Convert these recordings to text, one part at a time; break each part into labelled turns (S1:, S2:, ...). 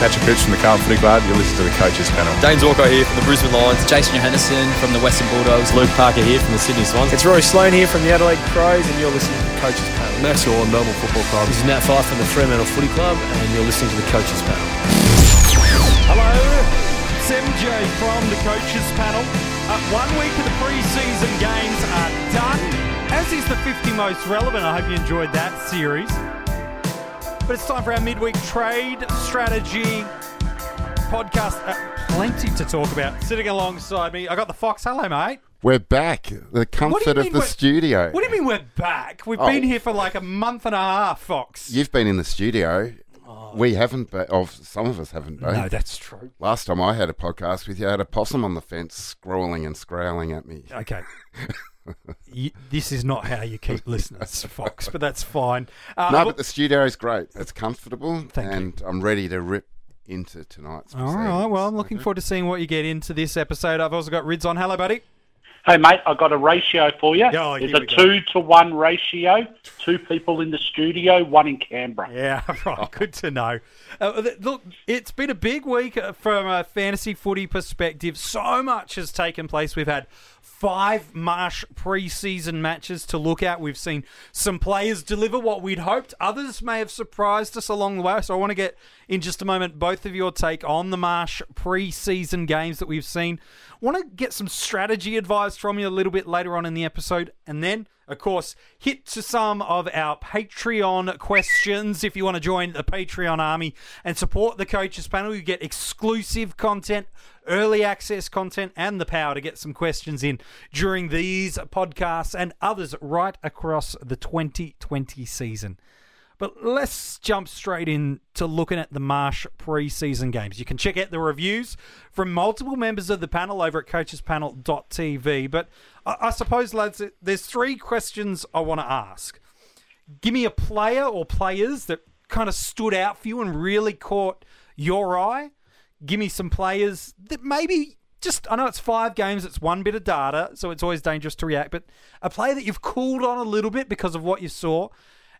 S1: Patrick Coops from the Carlton Footy Club. You're listening to the Coaches Panel.
S2: Dane Zorko here from the Brisbane Lions.
S3: Jason Johannesson from the Western Bulldogs.
S4: Luke Parker here from the Sydney Swans.
S5: It's Roy Sloan here from the Adelaide Crows, and you're listening to the Coaches Panel.
S6: Max Orr, Melbourne Football Club.
S7: This is Matt Fife from the Fremantle Footy Club, and you're listening to the Coaches Panel.
S8: Hello, it's MJ from the Coaches Panel. Uh, one week of the preseason games are done, as is the 50 most relevant. I hope you enjoyed that series. But it's time for our midweek trade strategy podcast. Uh, plenty to talk about. Sitting alongside me, I got the Fox. Hello, mate.
S9: We're back. The comfort of the studio.
S8: What do you mean we're back? We've
S9: Oh.
S8: been here for like a month and a half, Fox.
S9: You've been in the studio. We haven't, but of some of us haven't been.
S8: Oh. No, that's true.
S9: Last time I had a podcast with you, I had a possum on the fence scrawling and scrawling at me.
S8: Okay. Y this is not how you keep listeners, Fox, but that's fine. Uh,
S9: no,
S8: well-
S9: but the studio is great. It's comfortable,
S8: Thank you.
S9: and I'm ready to rip into tonight's.
S8: all right, well, I'm looking forward to seeing what you get into this episode. I've also got Rids on. Hello, buddy.
S10: Hey, mate, I got a ratio for you.
S8: Oh, here
S10: it's a
S8: we go.
S10: two to one ratio. Two people in the studio, one in Canberra.
S8: Yeah, right. Good to know. Uh, th- look, it's been a big week uh, from a fantasy footy perspective. So much has taken place. We've had five Marsh preseason matches to look at. We've seen some players deliver what we'd hoped. Others may have surprised us along the way. So I want to get in just a moment both of your take on the Marsh preseason games that we've seen. Want to get some strategy advice from you a little bit later on in the episode, and then of course, hit to some of our Patreon questions. If you want to join the Patreon army and support the coaches panel, you get exclusive content, early access content, and the power to get some questions in during these podcasts and others right across the 2020 season. But let's jump straight into looking at the Marsh preseason games. You can check out the reviews from multiple members of the panel over at coachespanel.tv. But I, I suppose, lads, there's three questions I want to ask. Give me a player or players that kind of stood out for you and really caught your eye. Give me some players that maybe just, I know it's five games, it's one bit of data, so it's always dangerous to react, but a player that you've cooled on a little bit because of what you saw.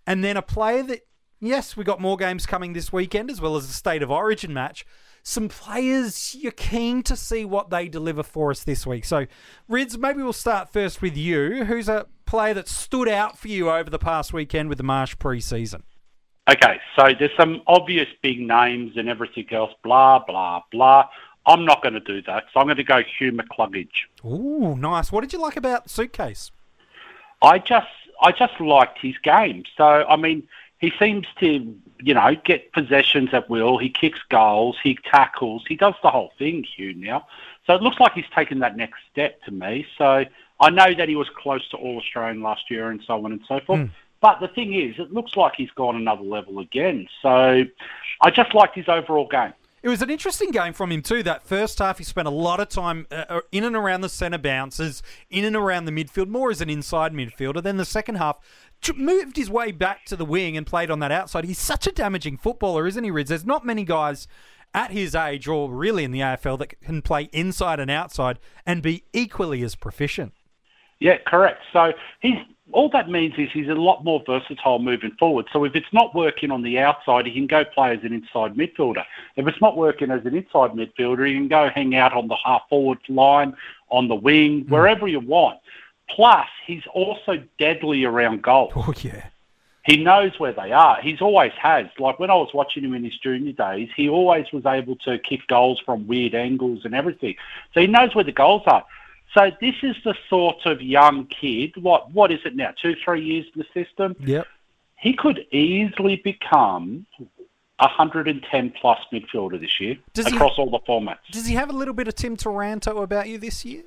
S8: And then a player that, yes, we got more games coming this weekend as well as the State of Origin match. Some players you're keen to see what they deliver for us this week. So, Rids, maybe we'll start first with you. Who's a player that stood out for you over the past weekend with the Marsh preseason?
S10: Okay, so there's some obvious big names and everything else, blah, blah, blah. I'm not going to do that, so I'm going to go Hugh McCluggage.
S8: Ooh, nice. What did you like about Suitcase?
S10: I just I just liked his game. So I mean, he seems to you know get possessions at will. He kicks goals. He tackles. He does the whole thing, Hugh. Now, so it looks like he's taken that next step to me. So I know that he was close to All Australian last year and so on and so forth. But the thing is, it looks like he's gone another level again. So I just liked his overall game.
S8: It was an interesting game from him too. That first half, he spent a lot of time uh, in and around the centre bounces, in and around the midfield, more as an inside midfielder. Then the second half, j- moved his way back to the wing and played on that outside. He's such a damaging footballer, isn't he, Rids? There's not many guys at his age, or really in the AFL, that can play inside and outside and be equally as proficient.
S10: Yeah, correct. So he's all that means is he's a lot more versatile moving forward. So if it's not working on the outside, he can go play as an inside midfielder. If it's not working as an inside midfielder, he can go hang out on the half forward line, on the wing, wherever you want. Plus, he's also deadly around goal.
S8: Oh yeah.
S10: He knows where they are. He's always has. Like when I was watching him in his junior days, he always was able to kick goals from weird angles and everything. So he knows where the goals are. So this is the sort of young kid. What what is it now? Two three years in the system.
S8: Yep.
S10: He could easily become a 110 plus midfielder this year
S8: Does he-
S10: across all the formats.
S8: Does he have a little bit of Tim Taranto about you this year?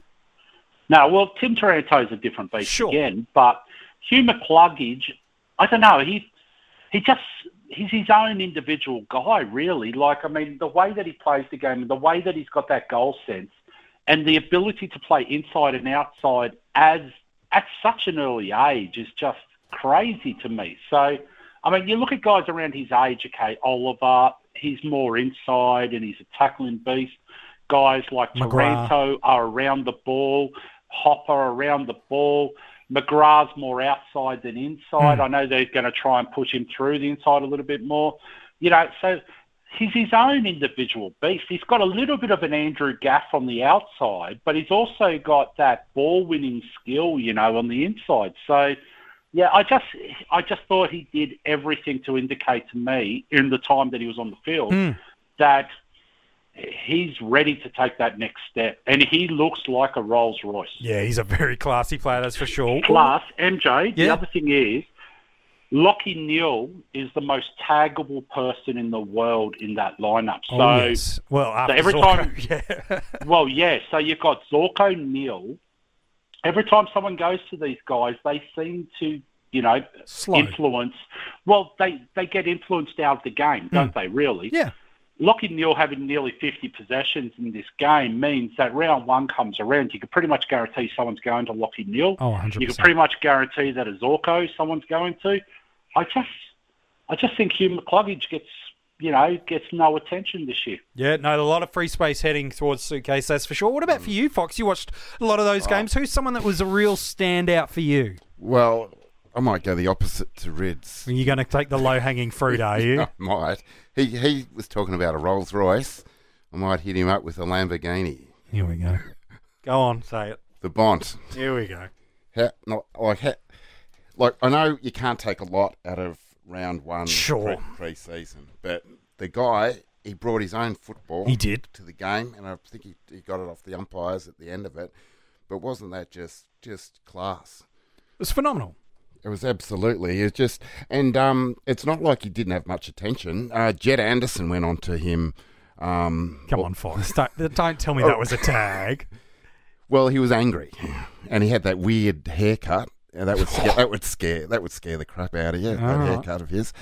S10: No, well, Tim Taranto's a different beast
S8: Sure.
S10: again, but Hugh McCluggage, I don't know. He he just he's his own individual guy, really. Like, I mean, the way that he plays the game, and the way that he's got that goal sense, and the ability to play inside and outside as at such an early age is just crazy to me. So, I mean, you look at guys around his age. Okay, Oliver, he's more inside and he's a tackling beast. Guys like
S8: McGrath.
S10: Taranto are around the ball. Hopper around the ball. McGrath's more outside than inside. I know they're going to try and push him through the inside a little bit more. You know, so he's his own individual beast. He's got a little bit of an Andrew Gaff on the outside, but he's also got that ball winning skill, you know, on the inside. So yeah, I just I just thought he did everything to indicate to me in the time that he was on the field
S8: Hmm.
S10: that he's ready to take that next step. And he looks like a Rolls Royce.
S8: Yeah, he's a very classy player, that's for sure.
S10: Plus, MJ, the
S8: Yeah.
S10: other thing is, Lockie Neal is the most taggable person in the world in that lineup. So,
S8: oh, yes. Well, after
S10: every
S8: Zorko,
S10: time-
S8: yeah.
S10: well, yeah, so you've got Zorko Neal. Every time someone goes to these guys, they seem to, you know,
S8: Slow.
S10: influence. Well, they, they get influenced out of the game, don't they, really?
S8: Hmm. yeah.
S10: Lockie Neal having nearly 50 possessions in this game means that round one comes around, you can pretty much guarantee someone's going to Lockie Neal.
S8: Oh, 100%.
S10: You can pretty much guarantee that a Zorko someone's going to. I just, I just think Hugh McCluggage gets, you know, gets no attention this year.
S8: Yeah, no, a lot of free space heading towards Suitcase, that's for sure. What about for you, Fox? You watched a lot of
S9: Oh.
S8: those games. Who's someone that was a real standout for you?
S9: Well, I might go the opposite to Reds.
S8: You're going to take the low hanging fruit, are you?
S9: I might. He he was talking about a Rolls Royce. I might hit him up with a Lamborghini.
S8: Here we go. Go on, say it.
S9: The Bont.
S8: Here we go.
S9: How, not, like, how, like I know you can't take a lot out of round one
S8: Sure.
S9: pre season, but the guy he brought his own football.
S8: He did.
S9: to the game, and I think he, he got it off the umpires at the end of it. But wasn't that just just class?
S8: It was phenomenal.
S9: It was absolutely. It's just, and um, it's not like he didn't have much attention. Uh, Jed Anderson went on to him. Um,
S8: Come on, Fox. Don't, don't tell
S9: Oh.
S8: me that was a tag.
S9: well, he was angry, and he had that weird haircut. And that would scare, that would scare that would scare the crap out of you. that
S8: Alright.
S9: haircut of his.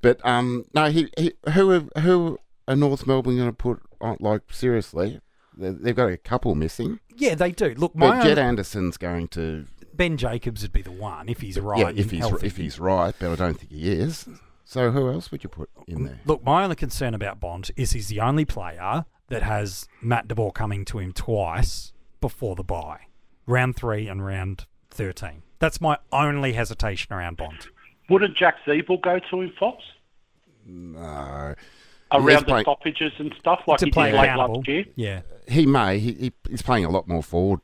S9: But um, no, he, he who are, who are North Melbourne going to put on? Like seriously, They- they've got a couple missing.
S8: Yeah, they do. Look, my
S9: But
S8: own,
S9: Jed Anderson's going to
S8: Ben Jacobs would be the one if he's right.
S9: Yeah, if
S8: and
S9: he's
S8: healthy.
S9: if he's right, but I don't think he is. So who else would you put in there?
S8: Look, my only concern about Bond is he's the only player that has Matt DeBoer coming to him twice before the bye, round three and round thirteen. That's my only hesitation around Bond.
S10: Wouldn't Jack Zeeble go to him, Fox?
S8: Mm,
S9: No, Yes,
S10: Around the
S9: mate.
S10: stoppages and stuff like
S8: to
S10: he
S8: play
S10: did late
S8: accountable,
S10: last year.
S8: yeah,
S9: he may. He, he he's playing a lot more forward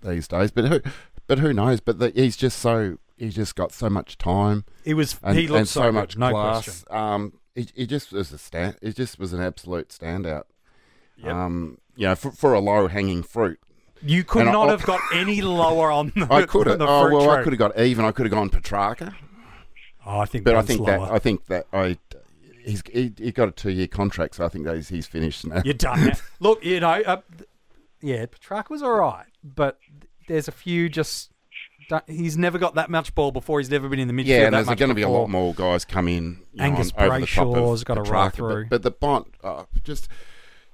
S9: these days, but who but who knows? But the, he's just so he's just got so much time
S8: it was.
S9: and,
S8: he looked
S9: and so,
S8: good,
S9: much
S8: no
S9: class.
S8: question.
S9: Um, he, he just was a stand. He just was an absolute standout. Um, you know, for, for a low hanging fruit.
S8: You could
S9: And I-
S8: not
S9: I-
S8: have got any lower on the.
S9: I could have.
S8: The
S9: Oh
S8: fruit
S9: well, I
S8: tree.
S9: could have got even. I could have gone Petrarca.
S8: Oh, I think.
S9: But I
S8: Bond's
S9: think
S8: lower.
S9: that I think that I he's he, he got a two year contract, so I think that he's, he's finished now.
S8: You're done. Now. Look, you know, uh, th- yeah, Petrarca was all right, but th- there's a few just. don't- He's never got that much ball before. He's never been in the midfield.
S9: yeah, and
S8: that
S9: there's
S8: much
S9: going to be a lot
S8: before.
S9: more guys come in. you
S8: Angus
S9: know, on- over the top of
S8: Brayshaw's gotta roll
S9: Petrarca,
S8: through.
S9: But, but the Bont, oh, just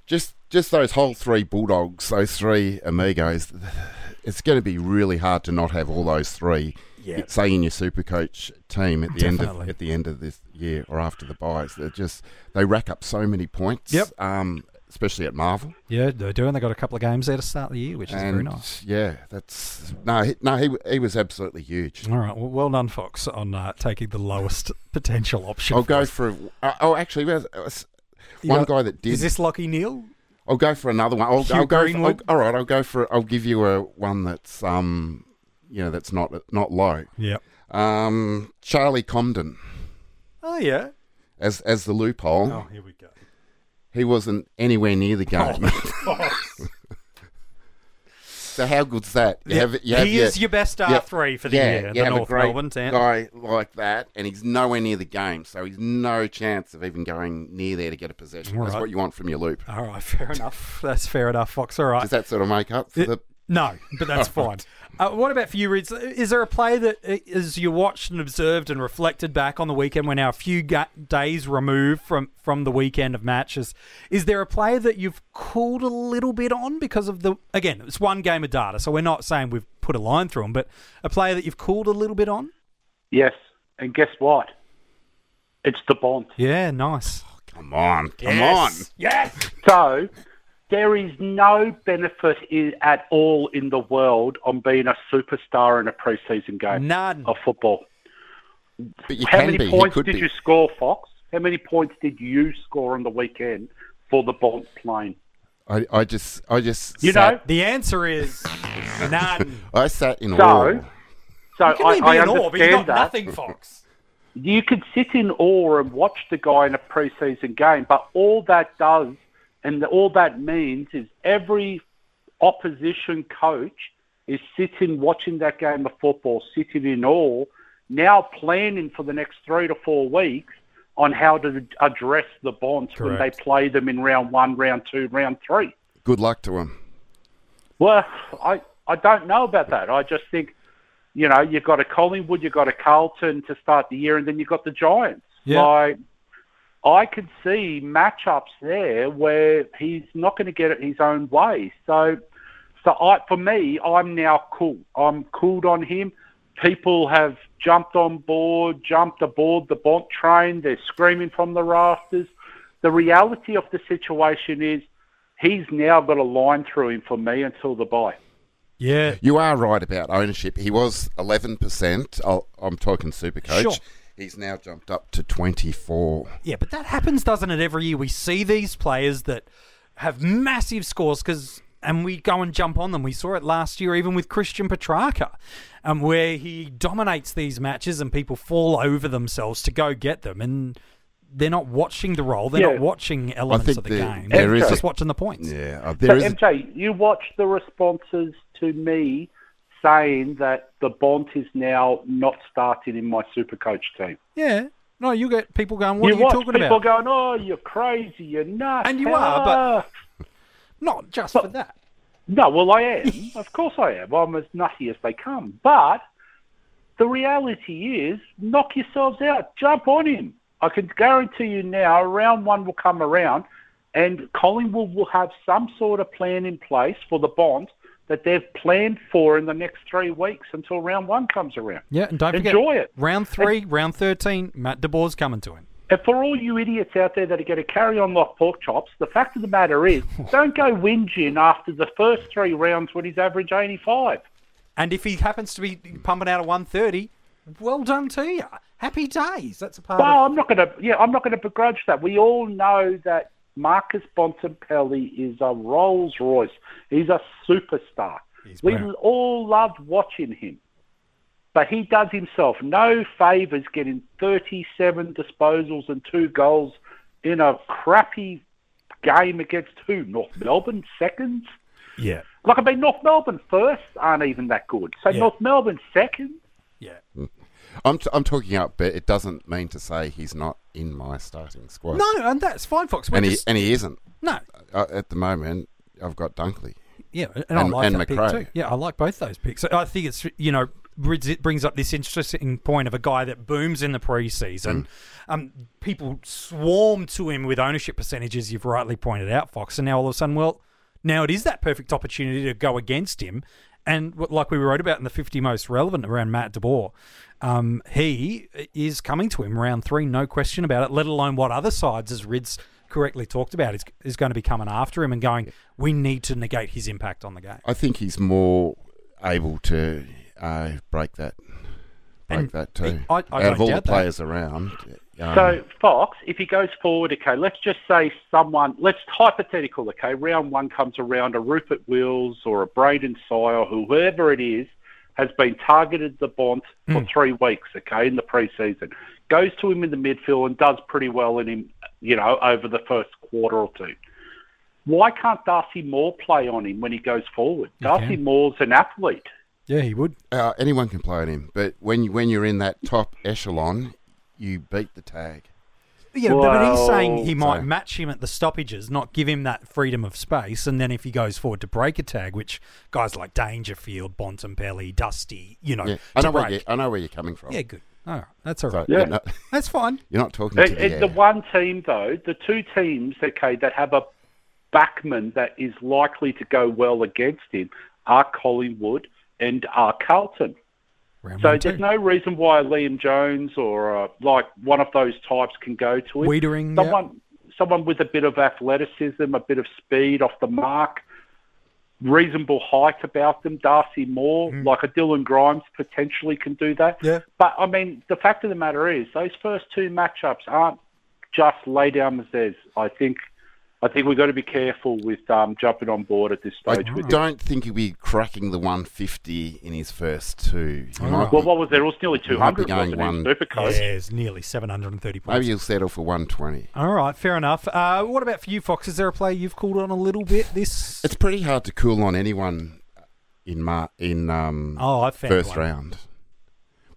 S9: just just those whole three Bulldogs, those three amigos, it's going to be really hard to not have all those three.
S8: Yeah.
S9: say in your Supercoach team at the end
S8: Definitely.
S9: of at the end of this year or after the buys, they just they rack up so many points.
S8: Yep.
S9: Um, especially at Marvel.
S8: Yeah, they're doing. They got a couple of games there to start the year, which is very nice.
S9: Yeah, that's no, he, no, he he was absolutely huge.
S8: All right, well, well done, Fox, on uh, taking the lowest potential option.
S9: I'll go for uh, oh, actually, there's, uh, s-
S8: You
S9: one
S8: got-
S9: guy that did.
S8: Is this Lockie Neal?
S9: I'll go for another one. I'll,
S8: Hugh
S9: I'll go. For, I'll,
S8: Greenwood?
S9: all right, I'll go for. I'll give you a one that's um, you know, that's not not low.
S8: Yep.
S9: Um, Charlie Comden
S8: Oh yeah.
S9: as as the loophole.
S8: Oh, here we go.
S9: He wasn't anywhere near the game.
S8: Oh.
S9: so how good's that? You have, you have
S8: he
S9: your-
S8: is your best R three for the
S9: yeah,
S8: year.
S9: You
S8: the
S9: have
S8: North
S9: a great
S8: Melbourne team.
S9: guy like that, and he's nowhere near the game, so he's no chance of even going near there to get a possession.
S8: All
S9: That's
S8: right.
S9: what you want from your loop.
S8: All right, fair enough. That's fair enough, Fox. All right.
S9: Does that sort of make up for
S8: It-
S9: the?
S8: No, but that's fine. Uh, what about for you, Rids? Is there a play that, uh, as you watched and observed and reflected back on the weekend, we're now a few ga- days removed from, from the weekend of matches, is there a player that you've cooled a little bit on because of the? Again, it's one game of data, so we're not saying we've put a line through them, but a player that you've cooled a little bit on.
S10: Yes, and guess what? It's the Bond.
S8: Yeah, nice.
S9: Come on, come on.
S10: So there is no benefit i at all in the world on being a superstar in a preseason game
S8: None.
S10: of football.
S9: But you
S10: How
S9: can
S10: many
S9: be. He
S10: points
S9: could
S10: did
S9: be.
S10: you score, Fox? How many points did you score on the weekend for the Bolt plane?
S9: I, I just, I just,
S10: You
S9: sat,
S10: know,
S8: The answer is none.
S9: I sat in
S10: So,
S9: awe.
S10: so
S8: You can
S10: I,
S8: be
S10: I
S8: in awe, but you're
S10: understand
S8: not
S10: that.
S8: nothing, Fox.
S10: You could sit in awe and watch the guy in a preseason game, but all that does and all that means is every opposition coach is sitting watching that game of football, sitting in awe, now planning for the next three to four weeks on how to address the bonds when they
S8: Correct.
S10: play them in round one, round two, round three.
S9: Good luck to him.
S10: Well, I, I don't know about that. I just think, you know, you've got a Collingwood, you've got a Carlton to start the year, and then you've got the Giants.
S8: Yeah.
S10: Like, I could see matchups there where he's not going to get it his own way. So, so I, for me, I'm now cool. I'm cooled on him. People have jumped on board, jumped aboard the Bont train. They're screaming from the rafters. The reality of the situation is he's now got a line through him for me until the buy.
S8: Yeah.
S9: You are right about ownership. He was 11%. I'll, I'm talking Supercoach.
S8: Sure.
S9: He's now jumped up to 24.
S8: Yeah, but that happens, doesn't it? Every year we see these players that have massive scores because, and we go and jump on them. We saw it last year, even with Christian Petrarca, um, where he dominates these matches and people fall over themselves to go get them, and they're not watching the role, they're
S10: Yeah.
S8: not watching elements
S9: think
S8: of the
S9: there-
S8: game.
S9: there
S8: They're
S10: is a-
S8: just watching the points.
S9: Yeah, uh, there is.
S10: so, MJ, you watch the responses to me saying that the Bont is now not starting in my Supercoach team.
S8: Yeah. No, you get people going. What
S10: you
S8: are you
S10: watch
S8: talking
S10: people
S8: about?
S10: going, "Oh, you're crazy, you're nuts," Ah.
S8: And you are, but- Not just for
S10: But-
S8: that.
S10: No, well, I am. of course I am. I'm as nutty as they come. But the reality is, knock yourselves out. Jump on him. I can guarantee you now, round one will come around and Collingwood will have some sort of plan in place for the bond that they've planned for in the next three weeks until round one comes around.
S8: Yeah, and don't forget,
S10: Enjoy it.
S8: round three, round 13, Matt DeBoer's coming to him.
S10: And for all you idiots out there that are going to carry on like pork chops, the fact of the matter is, don't go whinging after the first three rounds when he's average 85.
S8: And if he happens to be pumping out a 130, well done to you. Happy days. That's a part
S10: Well,
S8: of
S10: I'm not going to. Yeah, I'm not going to begrudge that. We all know that Marcus Bontempelli is a Rolls Royce. He's a superstar. we
S8: brilliant.
S10: all loved watching him, but he does himself no favors getting 37 disposals and two goals in a crappy game against who? North Melbourne seconds.
S8: Yeah.
S10: Like I mean, North Melbourne first aren't even that good. So
S8: Yeah.
S10: North Melbourne second.
S8: Yeah.
S9: I'm, t- I'm talking up, but it doesn't mean to say he's not in my starting squad.
S8: No, and that's fine, Fox. We're
S9: and he
S8: just-
S9: and he isn't.
S8: no.
S9: Uh, at the moment, I've got Dunkley.
S8: Yeah, and, I
S9: And-
S8: like
S9: and
S8: that
S9: McRae.
S8: pick too. Yeah, I like both those picks. I think it's you know brings- it brings up this interesting point of a guy that booms in the preseason. Um, people swarm to him with ownership percentages. You've rightly pointed out, Fox, and now all of a sudden, well, now it is that perfect opportunity to go against him. And what- like we wrote about in the 50 most relevant around Matt DeBoer, um, he is coming to him round three, no question about it, let alone what other sides, as Rids correctly talked about, is, is going to be coming after him and going, we need to negate his impact on the game.
S9: I think he's more able to uh, break that, break
S8: And
S9: that too.
S8: I- I
S9: Out
S8: don't
S9: of all the
S8: doubt that.
S9: players around, um,
S10: So Fox, if he goes forward, okay, let's just say someone, let's hypothetical, okay, round one comes around, a Rupert Wills or a Braden Sire, whoever it is, has been targeted the Bont for three weeks, okay, in the preseason, goes to him in the midfield and does pretty well in him, you know, over the first quarter or two. Why can't Darcy Moore play on him when he goes forward? Darcy Moore's an athlete.
S8: Yeah, he would.
S9: uh, anyone can play on him, but when you, when you're in that top echelon, you beat the tag.
S8: Yeah, but- but he's
S10: Well-
S8: saying he might
S9: Sorry.
S8: match him at the stoppages, not give him that freedom of space. And then if he goes forward to break a tag, which guys like Dangerfield, Bontempelli, Dusty, you know,
S9: Yeah, I
S8: to
S9: know where you,
S8: break.
S9: I know where you're coming from.
S8: Yeah, good. All right, that's all
S9: So
S8: right.
S9: you're,
S10: Yeah.
S9: not,
S8: That's fine.
S9: you're not talking to
S10: And,
S9: the
S10: and
S9: air.
S10: the one team, though, the two teams, okay, that have a backman that is likely to go well against him are Collingwood and are Carlton.
S8: Round
S10: So
S8: one,
S10: there's
S8: two.
S10: no reason why Liam Jones or uh, like one of those types can go to him.
S8: Wiedering, yeah.
S10: someone, someone with a bit of athleticism, a bit of speed off the mark, reasonable height about them. Darcy Moore, like a Dylan Grimes, potentially can do that.
S8: Mm. Yeah.
S10: But I mean, the fact of the matter is, those first two matchups aren't just lay down the stairs. I think, I think we've got to be careful with um, jumping on board at this
S9: I
S10: stage. with
S9: don't think he'll be cracking the 150 in his first two. He might
S10: Well,
S9: be-
S10: what was there? It was nearly
S9: He might be
S10: 200 wasn't it,
S9: going one.
S10: in
S8: Yeah,
S10: Supercoach.
S8: it's nearly 730 points.
S9: maybe he'll settle for 120.
S8: All right, fair enough. Uh, what about for you, Fox? Is there a play you've called on a little bit this?
S9: It's pretty hard to cool on anyone in Mar- in um,
S8: Oh, I found
S9: first
S8: one.
S9: round.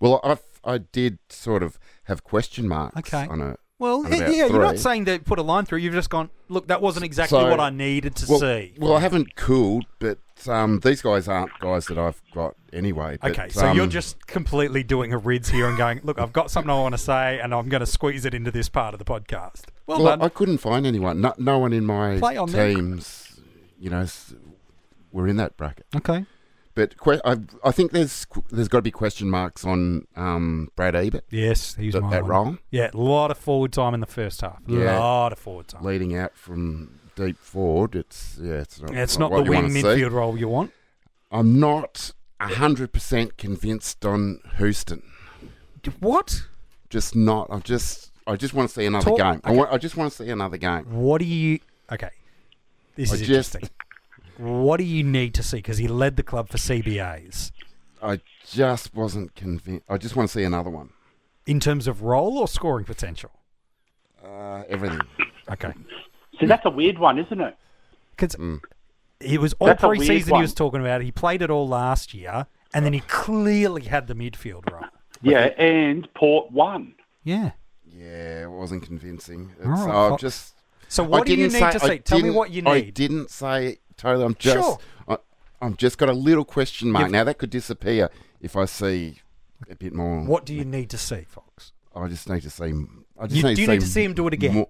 S9: Well, I I did sort of have question marks
S8: Okay.
S9: on it.
S8: Well,
S9: on
S8: yeah,
S9: about
S8: yeah, you're not
S9: three.
S8: saying that put a line through. You've just gone, look, that wasn't exactly
S9: So-
S8: what I needed to
S9: well,
S8: see.
S9: Well, I haven't cooled, but um, these guys aren't guys that I've got anyway. But,
S8: Okay, so you're
S9: um,
S8: just completely doing a rids here and going, look, I've got something I want to say, and I'm going to squeeze it into this part of the podcast. Well,
S9: Well,
S8: done.
S9: I couldn't find anyone. No, no one in my
S8: Play on them.
S9: teams, you know, s- were in that bracket.
S8: okay.
S9: But que- I, I think there's qu- there's got to be question marks on um, Brad Ebert
S8: Yes, he's
S9: That-
S8: my
S9: that
S8: one.
S9: wrong?
S8: Yeah, a lot of forward time in the first half. A
S9: Yeah.
S8: lot of forward time.
S9: leading out from deep forward. It's yeah, it's not.
S8: Yeah, it's not,
S9: what
S8: the
S9: you
S8: wing
S9: wanna see.
S8: midfield role you want.
S9: I'm not hundred percent convinced on Houston.
S8: What?
S9: Just not. I'm just. I just want to see another
S8: Talk-
S9: game. I, want, I just want to see another game.
S8: What do you? Okay, this
S9: I
S8: is
S9: just-
S8: interesting. What do you need to see? Because he led the club for CBAs
S9: I just wasn't convinced. I just want to see another one.
S8: in terms of role or scoring potential.
S9: Uh, everything.
S8: Okay,
S10: See, that's a weird one, isn't it?
S8: because it was all
S10: That's a weird
S8: preseason he
S10: one.
S8: was talking about. He played it all last year, and then he clearly had the midfield role.
S10: Yeah, and Port won.
S8: Yeah.
S9: Yeah, it wasn't convincing. It's,
S8: All right,
S9: I've
S8: Fox.
S9: just.
S8: So
S9: I
S8: what do you need
S9: didn't say-
S8: to
S9: I
S8: see? Tell me
S9: didn't-
S8: what you
S9: I
S8: need.
S9: didn't say Taylor. I'm just.
S8: Sure.
S9: I, I'm just got a little question mark
S8: You've-
S9: now. That could disappear if I see a bit more.
S8: What do you need to see, Fox?
S9: I just need to see. I just
S8: You
S9: need
S8: do
S9: to
S8: need to see him do it again.
S9: More,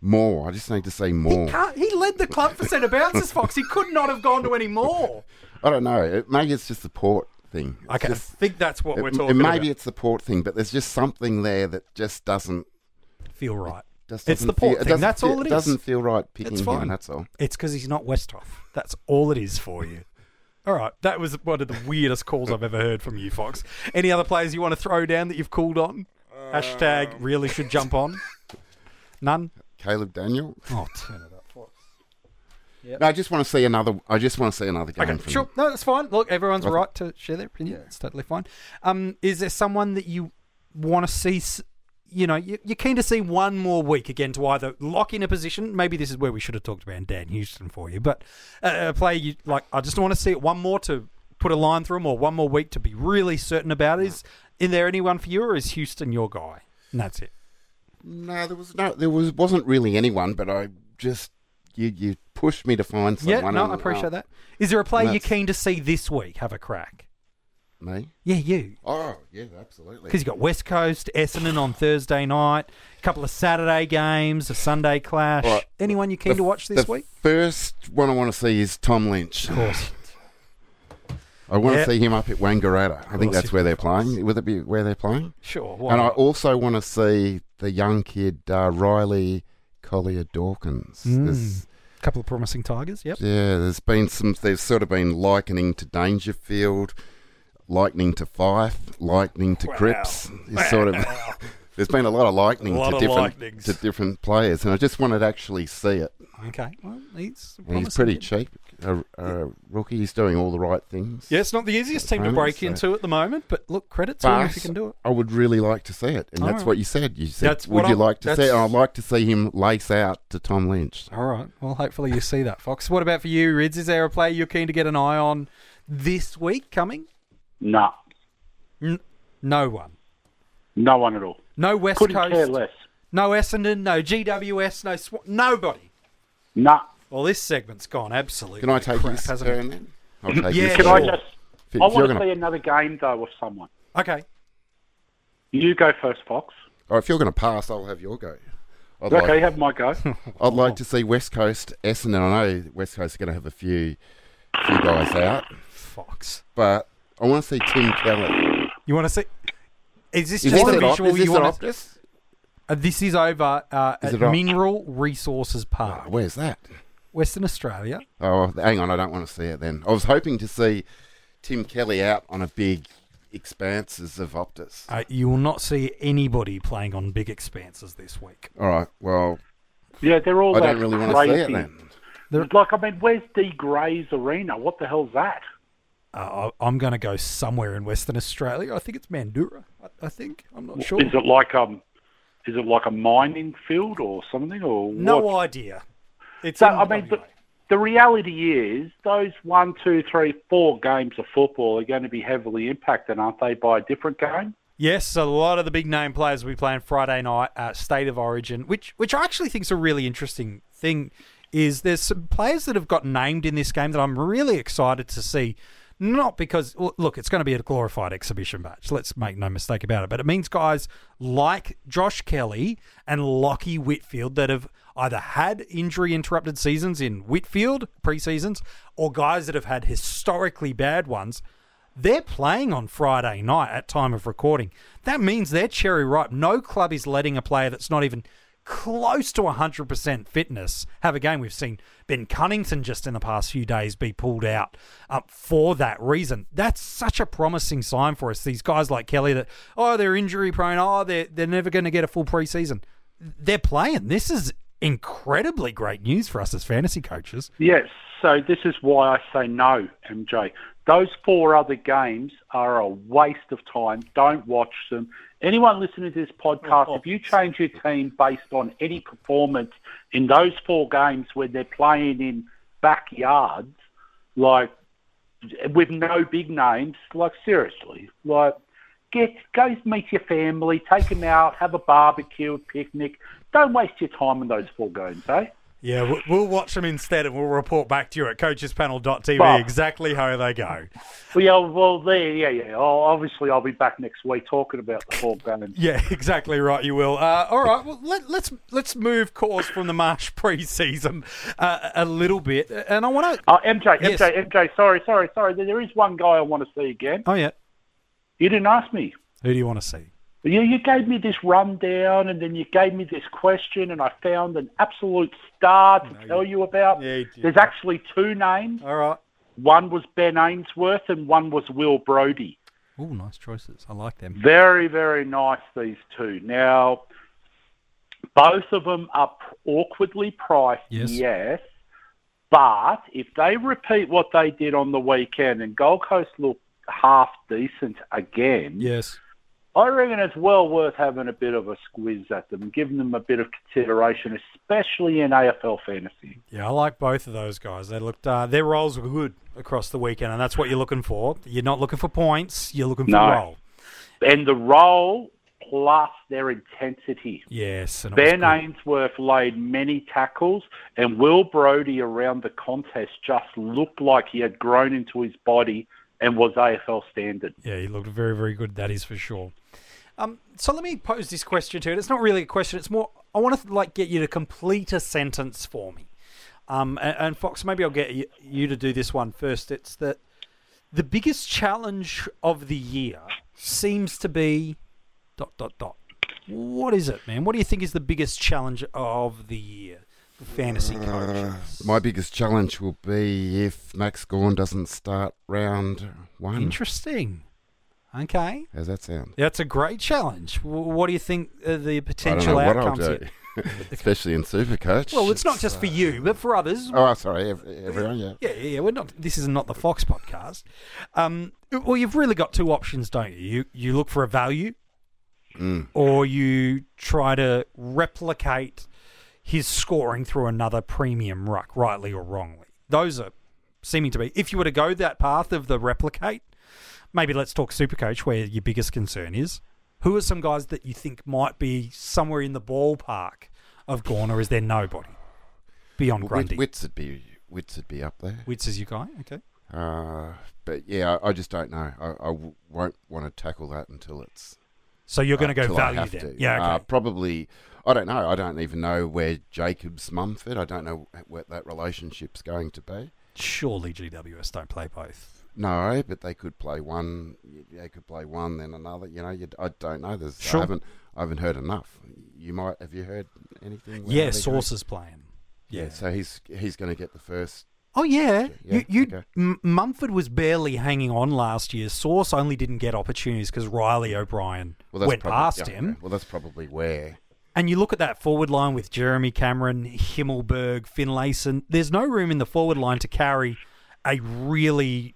S9: more. I just need to see
S8: He,
S9: more.
S8: can't, he led the club for centre bounces, Fox. He could not have gone to any more.
S9: I don't know. It, maybe it's just the port thing. It's
S8: Okay,
S9: just-
S8: I think that's what
S9: it,
S8: we're
S9: it-
S8: talking
S9: maybe
S8: about.
S9: it's the port thing, but there's just something there that just doesn't.
S8: Feel right.
S9: Just
S8: It's
S9: doesn't
S8: the port
S9: feel,
S8: thing.
S9: doesn't
S8: That's
S9: feel-
S8: all it is.
S9: Doesn't feel right picking
S8: It's
S9: him.
S8: fine.
S9: That's all.
S8: It's because he's not Westhoff. That's all it is for you. All right, that was one of the weirdest calls I've ever heard from you, Fox. Any other players you want to throw down that you've called on? Hashtag really should jump on. None.
S9: Caleb Daniel.
S8: Oh, turn it up, Fox.
S9: No, I just want to see another. I just want to see another game.
S8: Okay,
S9: from
S8: sure.
S9: him.
S8: No, that's fine. Look, everyone's
S9: Well,
S8: right to share their opinion. It's totally fine. Um, is there someone that you want to see? s- You know, you- you're keen to see one more week again to either lock in a position. Maybe this is where we should have talked about Dan Houston for you, but uh, a player you like, I just want to see it one more to put a line through him, or one more week to be really certain about. Is in there anyone for you, or is Houston your guy? And that's it.
S9: No, there was no. There was wasn't really anyone, but I just you you pushed me to find someone.
S8: yeah, no,
S9: and-
S8: I appreciate
S9: oh,
S8: that. Is there a player you're
S9: That's-
S8: keen to see this week? Have a crack.
S9: Me?
S8: Yeah, you.
S9: Oh yeah, absolutely.
S8: Because you've got West Coast, Essendon on Thursday night, a couple of Saturday games, a Sunday clash.
S9: All right.
S8: Anyone you keen
S9: The-
S8: to watch this
S9: the
S8: week?
S9: First one I want to see is Tom Lynch.
S8: Of course.
S9: I want
S8: Yeah.
S9: to see him up at Wangaratta. I
S8: course
S9: think that's
S8: you-
S9: where they're playing. Would it be where they're playing?
S8: Sure. why
S9: and I
S8: not?
S9: also want to see the young kid uh, Riley Collier Dawkins. There's,
S8: a couple of promising Tigers, yep.
S9: yeah, there's been some. There's sort of been likening to Dangerfield, likening to Fife, likening to Cripps. It's sort of. There's been a lot of likening
S8: Lot
S9: to
S8: of
S9: different
S8: likenings.
S9: to different players, and I just wanted to actually see it.
S8: Okay. Well, he's,
S9: And he's pretty cheap. A, a rookie, he's doing all the right things.
S8: Yeah, it's not the easiest team to
S9: Moment,
S8: break
S9: so-
S8: into at the moment, but look, credit to him
S9: But
S8: if you can do it.
S9: I would really like to see it, and
S8: All
S9: that's
S8: right.
S9: what you said. You said,
S8: That's
S9: "Would
S8: what
S9: you
S8: I'm-
S9: like to see it?"
S8: that's-
S9: And I'd like to see him lace out to Tom Lynch.
S8: All right. Well, hopefully you see that, Fox. What about for you, Rids? Is there a player you're keen to get an eye on this week coming?
S10: No,
S8: N- no one.
S10: no one at all.
S8: No West
S10: Couldn't
S8: Coast.
S10: care less.
S8: No Essendon. No GWS. No Sw- nobody.
S10: No.
S8: Well, this segment's gone absolutely.
S9: Can I take
S8: crap,
S9: his
S8: hasn't it?
S9: turn then? I'll take
S8: Yeah,
S9: his
S10: Can
S9: turn.
S10: I
S8: Sure.
S10: just?
S9: If
S10: I
S9: you're
S10: want to
S9: gonna-
S10: see another game though of someone.
S8: Okay.
S10: You go first, Fox.
S9: Or if you're going to pass, I'll have your go. I'd,
S10: Okay,
S9: like,
S10: have my go.
S9: I'd like to see West Coast Essendon. I know West Coast are going to have a few, few guys out,
S8: Fox.
S9: but I want to see Tim Kelly.
S8: You want to see? Is this
S9: Is
S8: just
S9: this
S8: a
S9: at Op-
S8: visual?
S9: is this
S8: you
S9: at
S8: want
S9: Optus?
S8: uh, this is over uh,
S9: Is
S8: at
S9: it Op-
S8: Mineral Resources
S9: Oh,
S8: Park,
S9: where's that?
S8: Western Australia.
S9: Oh, hang on. I don't want to see it then. I was hoping to see Tim Kelly out on a big expanses of Optus.
S8: Uh, you will not see anybody playing on big expanses this week.
S9: All right. Well,
S10: Yeah, they're all.
S9: I don't
S10: that
S9: really want to
S10: crazy.
S9: see it then.
S10: Like, I mean, where's D Gray's arena? What the hell's that?
S8: Uh, I- I'm going to go somewhere in Western Australia. I think it's Mandura. I- I think I'm not
S10: Is
S8: sure.
S10: it like um, is it like a mining field or something or
S8: No uh,
S10: what?
S8: idea. It's
S10: So,
S8: in
S10: I mean,
S8: WA.
S10: the, the reality is those one, two, three, four games of football are going to be heavily impacted, aren't they, by a different game?
S8: Yes, a lot of the big name players will be playing Friday night uh, State of Origin, which which I actually think is a really interesting thing. Is there's some players that have got named in this game that I'm really excited to see. Not because well, look, it's going to be a glorified exhibition match. Let's make no mistake about it. But it means guys like Josh Kelly and Lockie Whitfield that have either had injury interrupted seasons in Whitfield pre-seasons or guys that have had historically bad ones they're playing on Friday night at time of recording. That means they're cherry ripe. No club is letting a player that's not even close to 100% fitness have a game. We've seen Ben Cunnington just in the past few days be pulled out um, for that reason. That's such a promising sign for us. These guys like Kelly that, oh, they're injury prone. Oh, they're, they're never going to get a full preseason. They're playing. This is incredibly great news for us as fantasy coaches.
S10: Yes. So this is why I say no, MJ. Those four other games are a waste of time. Don't watch them. Anyone listening to this podcast, if you change your team based on any performance in those four games where they're playing in backyards, like with no big names, like seriously, like get go meet your family, take them out, have a barbecue, a picnic. Don't waste your time in those four games, eh?
S8: Yeah, we- we'll watch them instead and we'll report back to you at coachespanel.tv
S10: Bob.
S8: exactly how they go.
S10: Well, yeah, well, there, yeah, yeah. Oh, obviously, I'll be back next week talking about the ball game.
S8: Yeah, exactly right. You will. Uh, all right. Well, let, let's let's move course from the Marsh preseason uh, a little bit, and I want to.
S10: Uh, MJ,
S8: Yes.
S10: MJ, MJ, sorry, sorry, sorry. There- There is one guy I want to see again.
S8: Oh yeah,
S10: You didn't ask me.
S8: who do you want to see?
S10: You, you gave me this rundown, and then you gave me this question, and I found an absolute star to tell you about.
S5: Yeah, you did.
S10: There's actually two names.
S8: All right.
S10: One was Ben Ainsworth, and one was Will Brody.
S8: Oh, nice choices. I like them.
S10: Very, very nice, these two. Now, both of them are p- awkwardly priced,
S8: Yes.
S10: yes. But if they repeat what they did on the weekend and Gold Coast look half decent again,
S8: Yes.
S10: I reckon it's well worth having a bit of a squiz at them, giving them a bit of consideration, especially in AFL fantasy.
S8: Yeah, I like both of those guys. They looked uh, their roles were good across the weekend, and that's what you're looking for. You're not looking for points. You're looking for
S10: No.
S8: role.
S10: And the role plus their intensity.
S8: Yes. And it was
S10: Ben
S8: good.
S10: Ainsworth laid many tackles, and Will Brody around the contest just looked like he had grown into his body and was AFL standard.
S8: Yeah, he looked very, very good. That is for sure. Um, so let me pose this question to you. It's not really a question. It's more I want to like get you to complete a sentence for me. Um, and, and Fox, maybe I'll get you, you to do this one first. It's that the biggest challenge of the year seems to be dot dot dot. What is it, man? What do you think is the biggest challenge of the year? The fantasy coaches.
S9: My biggest challenge will be if Max Gorn doesn't start round one.
S8: Interesting. Okay.
S9: How's that sound?
S8: That's a great challenge. W- What do you think uh, the
S9: I don't know
S8: potential
S9: what I'll
S8: outcomes?
S9: do,
S8: here?
S9: especially in Supercoach.
S8: Well, it's not just for you, but for others.
S9: Oh, sorry, ev- everyone. Yeah.
S8: Yeah, yeah, yeah. We're not. This is not the Fox podcast. Um, well, you've really got two options, don't you? You you look for a value, or you try to replicate his scoring through another premium ruck, rightly or wrongly. Those are seeming to be. If you were to go that path of the replicate, maybe let's talk Supercoach, where your biggest concern is. Who are some guys that you think might be somewhere in the ballpark of Gorn, or is there nobody beyond
S9: Well, Wit-
S8: Grundy?
S9: Wits would be Wits would be up there.
S8: Wits is your guy, okay.
S9: Uh, but yeah, I, I just don't know. I, I w- won't want to tackle that until it's.
S8: So you're going
S9: uh,
S8: to go
S9: till I
S8: value
S9: have
S8: then.
S9: to.
S8: Yeah,
S9: Uh,
S8: okay.
S9: probably. I don't know. I don't even know where Jacob's Mumford. I don't know what that relationship's going to be.
S8: Surely GWS don't play both.
S9: No, but they could play one. They could play one, then another. You know, you, I don't know. There's,
S8: Sure.
S9: I haven't. I haven't heard enough. You might. Have you heard anything? Where
S8: yeah,
S9: are they going?
S8: Source is playing.
S9: Yeah. So he's he's going to get the first
S8: Oh yeah,
S9: Yeah,
S8: you, you
S9: okay.
S8: M- Mumford was barely hanging on last year. Source only didn't get opportunities because Riley O'Brien went
S9: probably-
S8: past
S9: yeah,
S8: him.
S9: okay. Well, that's probably where.
S8: And you look at that forward line with Jeremy Cameron, Himmelberg, Finlayson. There's no room in the forward line to carry a really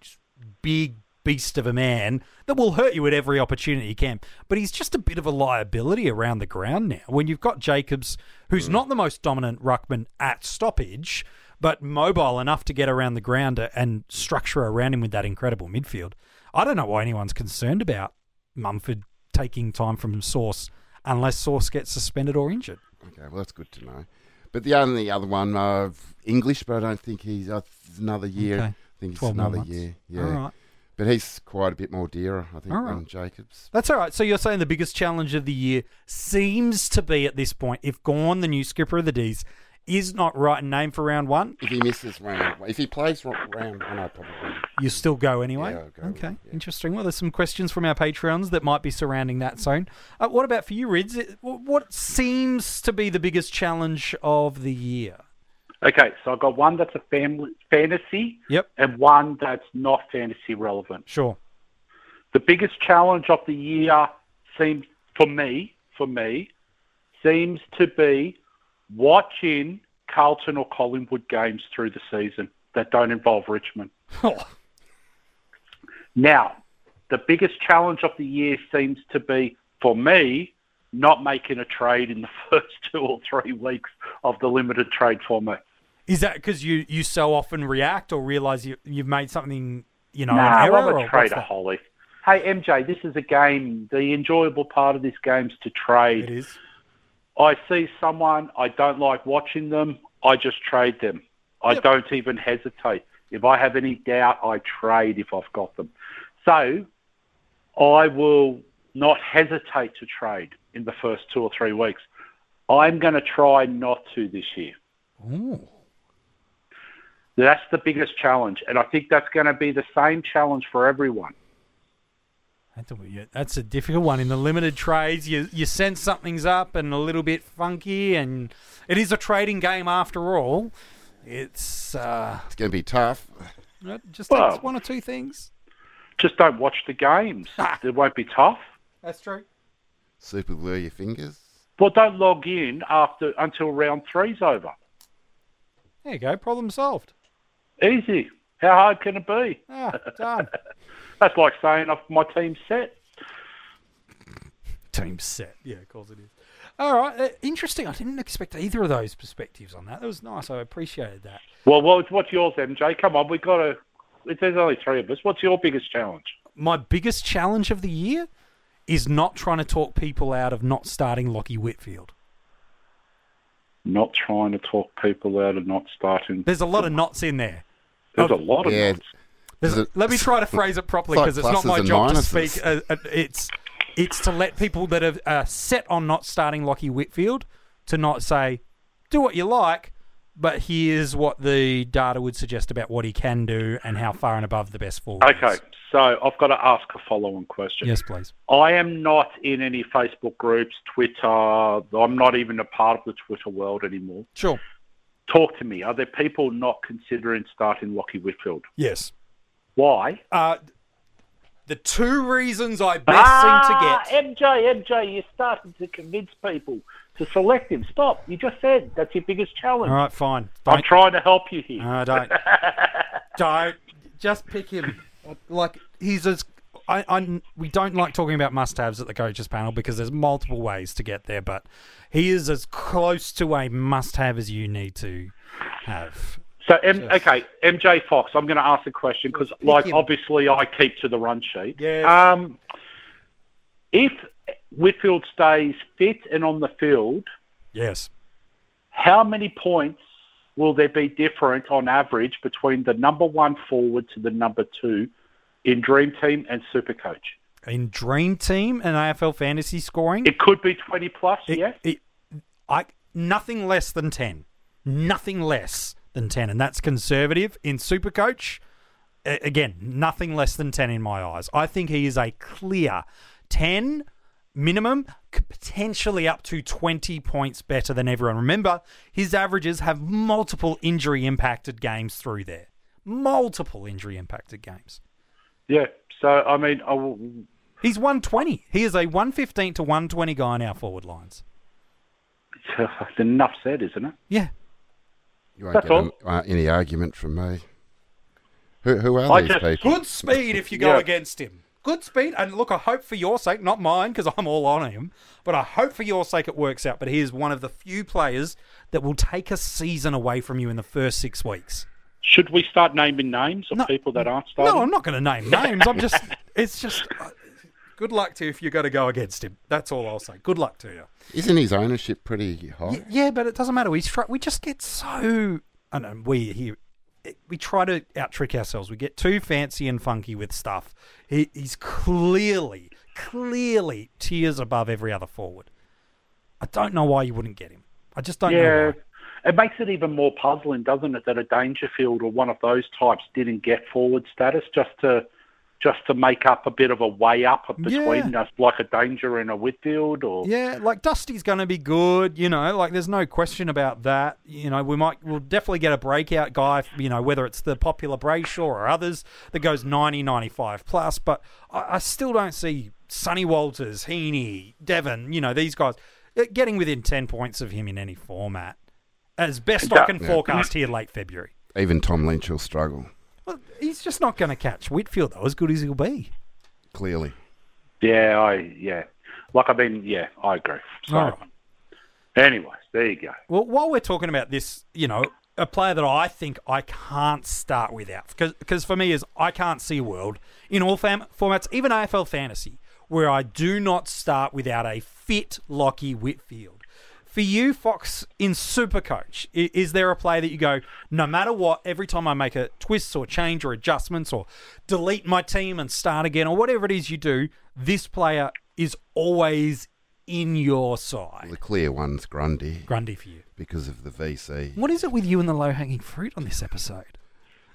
S8: big beast of a man that will hurt you at every opportunity he can. But he's just a bit of a liability around the ground now. When you've got Jacobs, who's not the most dominant ruckman at stoppage, but mobile enough to get around the ground and structure around him with that incredible midfield. I don't know why anyone's concerned about Mumford taking time from Source unless Source gets suspended or injured.
S9: Okay, well, that's good to know. But the only other one, uh, English, but I don't think he's uh, it's another year.
S8: Okay.
S9: I think it's
S8: 12 more
S9: another
S8: months.
S9: year. Yeah.
S8: All right.
S9: But he's quite a bit more dearer, I think,
S8: All right.
S9: than Jacobs.
S8: That's all right. So you're saying the biggest challenge of the year seems to be at this point if Gorn, the new skipper of the D's, is not right in name for round one,
S9: If he misses round, if he plays ro- round one, I probably.
S8: you still go anyway.
S9: Yeah, I'll go,
S8: okay,
S9: yeah.
S8: interesting. Well, there's some questions from our Patreons that might be surrounding that zone. Uh, what about for you, Rids? It- wh- What seems to be the biggest challenge of the year?
S10: Okay, so I've got one that's a family, fantasy
S8: Yep,
S10: and one that's not fantasy relevant.
S8: sure.
S10: The biggest challenge of the year seems for me, for me, seems to be watching Carlton or Collingwood games through the season that don't involve Richmond.
S8: Oh,
S10: Now, the biggest challenge of the year seems to be, for me, not making a trade in the first two or three weeks of the limited trade format.
S8: Is that because you, you so often react or realize you, you've made something, you know,
S10: nah,
S8: an error?
S10: I'm
S8: or
S10: a
S8: what's
S10: trader,
S8: that?
S10: Holly. Hey, MJ, this is a game. The enjoyable part of this game's to trade.
S8: It is.
S10: I see someone, I don't like watching them, I just trade them. I don't even hesitate. If I have any doubt, I trade if I've got them. So I will not hesitate to trade in the first two or three weeks. I'm going to try not to this year. That's the biggest challenge. And I think that's going to be the same challenge for everyone.
S8: That's a, yeah, that's a difficult one. In the limited trades, you you sense something's up and a little bit funky, and it is a trading game after all. It's uh,
S9: It's going to be tough.
S8: it just
S10: Well-
S8: takes one or two things.
S10: Just don't watch the games, it won't be tough.
S8: That's true.
S9: Super glue your fingers.
S10: Well, don't log in after until round three's over.
S8: There you go. Problem solved.
S10: Easy. How hard can it be?
S8: Ah, done.
S10: That's like saying "Oh, my team's set.
S8: Team set. Yeah, of course it is. All right. uh, interesting. I didn't expect either of those perspectives on that. That was nice. I appreciated that.
S10: Well, well, what's yours, MJ? Come on, we got to. There's only three of us. What's your biggest challenge?
S8: my biggest challenge of the year is not trying to talk people out of not starting Lockie Whitfield.
S10: Not trying to talk people out of not starting.
S8: There's a lot of knots in there.
S10: There's a lot of.
S9: Yeah.
S10: knots.
S8: There's,
S9: Is it-
S8: let me try to phrase it properly
S9: It's like
S8: because it's not
S9: pluses
S8: my
S9: and
S8: job to
S9: minuses.
S8: speak. Uh, uh, it's it's to let people that are uh, set on not starting Lockie Whitfield to not say, do what you like, but here's what the data would suggest about what he can do and how far and above the best forward. is."
S10: Okay, so I've got to ask a follow-on question.
S8: Yes, please.
S10: I am not in any Facebook groups, Twitter. I'm not even a part of the Twitter world anymore.
S8: Sure.
S10: Talk to me. Are there people not considering starting Lockie Whitfield?
S8: Yes.
S10: Why?
S8: Uh, the two reasons I best seem to
S10: ah,
S8: get.
S10: MJ, MJ, you're starting to convince people to select him. Stop. You just said that's your biggest challenge.
S8: All right, Uh, fine.
S10: I'm
S8: Don't.
S10: trying to help you here.
S8: No, don't. don't. Just pick him. Like he's as. I, I, we don't like talking about must-haves at the coaches panel because there's multiple ways to get there, but he is as close to a must-have as you need to have.
S10: So, M- okay, MJ Fox, I'm going to ask a question because, like,
S8: him.
S10: obviously, I keep to the run sheet.
S8: Yes.
S10: Um, if Whitfield stays fit and on the field,
S8: Yes.
S10: how many points will there be different on average between the number one forward to the number two in Dream Team and Supercoach?
S8: In dream team and AFL fantasy scoring,
S10: It could be 20 plus,
S8: it-
S10: yeah?
S8: it- I nothing less than ten. Nothing less than ten, and that's conservative in Supercoach. a- again, nothing less than 10 in my eyes. I think he is a clear 10 minimum, c- potentially up to 20 points better than everyone. Remember, his averages have multiple injury impacted games through there. multiple injury impacted games.
S10: Yeah. So I mean, I will,
S8: He's 120. He is a 115 to 120 guy in our forward lines.
S10: enough said, isn't it?
S8: Yeah.
S9: You won't
S10: That's
S9: get an- uh, any argument from me. Who, who are
S10: I
S9: these
S10: just-
S9: people?
S8: Good speed if you go
S10: Yeah.
S8: against him. Good speed. And look, I hope for your sake, not mine, because I'm all on him, but I hope for your sake it works out. But he is one of the few players that will take a season away from you in the first six weeks.
S10: Should we start naming names of
S8: No.
S10: people that aren't starting?
S8: No, I'm not going to name names. I'm just, it's just, uh, good luck to you if you got to go against him. That's all I'll say. Good luck to you.
S9: Isn't his ownership pretty high?
S8: Y- yeah, but it doesn't matter. We try, we just get so I know we here we try to out trick ourselves. We get too fancy and funky with stuff. He, he's clearly, clearly tiers above every other forward. I don't know why you wouldn't get him. I just don't know.
S10: Yeah.
S8: Why.
S10: It makes it even more puzzling, doesn't it, that a Dangerfield or one of those types didn't get forward status just to just to make up a bit of a way up between us, like a Danger and a Whitfield, or
S8: Yeah, like Dusty's going to be good, you know. Like, there's no question about that. You know, we might, we'll definitely get a breakout guy. You know, whether it's the popular Brayshaw or others that goes 90, 95 plus. But I, I still don't see Sonny Walters, Heaney, Devon. You know, these guys uh, getting within ten points of him in any format. As best I
S10: Yeah.
S8: can
S9: Yeah.
S8: forecast here, late February.
S9: Even Tom Lynch will struggle,
S8: Well, he's just not going to catch Whitfield though, as good as he'll be.
S9: clearly.
S10: yeah, I yeah, like I mean, yeah, I agree. So,
S8: All right.
S10: anyways, there you go.
S8: Well, while we're talking about this, you know, a player that I think I can't start without, because for me is I can't see a world in all fam- formats, even AFL fantasy, where I do not start without a fit Lockie Whitfield. For you, Fox, in Supercoach, i- is there a player that you go, no matter what, every time I make a twist or change or adjustments or delete my team and start again or whatever it is you do, this player is always in your side?
S9: The clear one's Grundy
S8: Grundy for you.
S9: because of the VC.
S8: What is it with you and the low hanging fruit on this episode?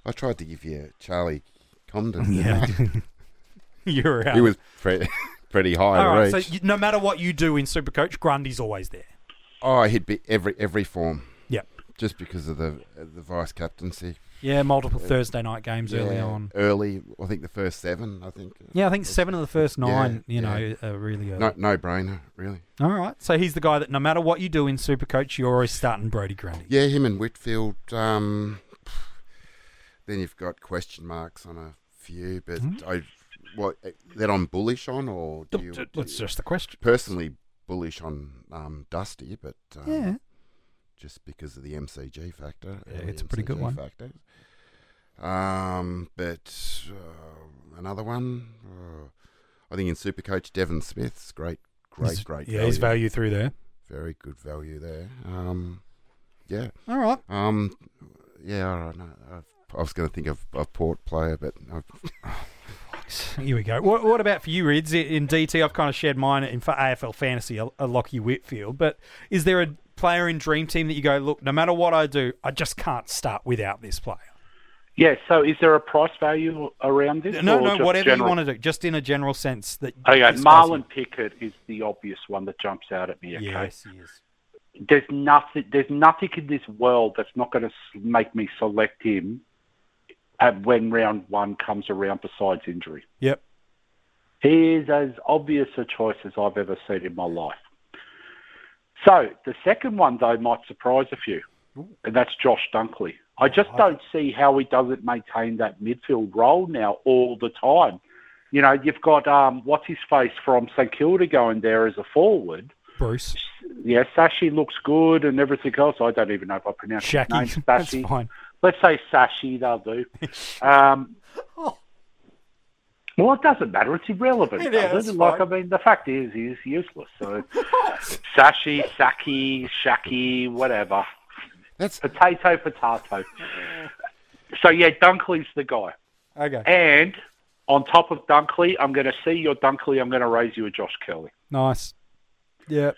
S9: I tried to give you Charlie Comden. didn't
S8: You're
S9: I?
S8: out.
S9: he was pre- pretty high
S8: All right,
S9: to
S8: so
S9: reach.
S8: you, no matter what you do in Supercoach, Grundy's always there.
S9: oh, he'd be every every form
S8: Yep.
S9: just because of the uh, the vice captaincy.
S8: Yeah, multiple Thursday night games early
S9: Yeah,
S8: on.
S9: early. I think the first seven. I think
S8: Yeah, I think seven of the first nine,
S9: Yeah,
S8: you
S9: yeah.
S8: know, are really early.
S9: no no brainer really.
S8: All right. So he's the guy that no matter what you do in Supercoach, you're always starting Brody Grundy.
S9: Yeah, him and Whitfield. Um, then you've got question marks on a few, but
S8: Hmm?
S9: I what that I'm bullish on, or do you
S8: That's just the question.
S9: personally bullish on um, Dusty? But um,
S8: Yeah.
S9: just because of the MCG factor.
S8: Yeah,
S9: early
S8: it's a pretty good
S9: MCG
S8: one.
S9: Factor. Um, but uh, another one, uh, I think in Supercoach, Devon Smith's great, great,
S8: He's-
S9: great.
S8: Yeah, he's value through there.
S9: Very good value there. Um, yeah.
S8: All right.
S9: Um, yeah. I don't know. I've, I was going to think of a port player, but I've,
S8: Here we go. What, what about for you, Rids? In DT, I've kind of shared mine in for AFL fantasy, a, a Lockie Whitfield. But is there a player in Dream Team that you go, look, no matter what I do, I just can't start without this player?
S10: Yeah. So, is there a price value around this?
S8: No,
S10: or
S8: no,
S10: just
S8: whatever
S10: general?
S8: you want to do, just in a general sense. That
S10: Okay,
S8: is
S10: Marlon
S8: possible.
S10: Pickett is the obvious one that jumps out at me. Okay.
S8: Yes, he is.
S10: there's nothing there's nothing in this world that's not going to make me select him at when round one comes around besides injury.
S8: Yep.
S10: He is as obvious a choice as I've ever seen in my life. So the second one though might surprise a few, and that's Josh Dunkley.
S8: Oh,
S10: I just don't see how he doesn't maintain that midfield role now all the time. You know, you've got um, what's his face from St Kilda going there as a forward
S8: Bruce.
S10: yeah, Sashi looks good and everything else. I don't even know if I pronounce his name.
S8: Shacky. That's
S10: Sashi.
S8: fine.
S10: Let's say Sashi, they'll do. Um, Well, it doesn't matter. It's irrelevant.
S8: Oh. It
S10: does
S8: is,
S10: it? Like,
S8: fine.
S10: I mean, the fact is, he's useless. So, Sashi, Saki, Shaki, whatever.
S9: that's
S10: Potato, potato. so, yeah, Dunkley's the guy.
S8: Okay.
S10: And on top of Dunkley, I'm going to see your Dunkley. I'm going to raise you a Josh Kelly.
S8: Nice. Yep.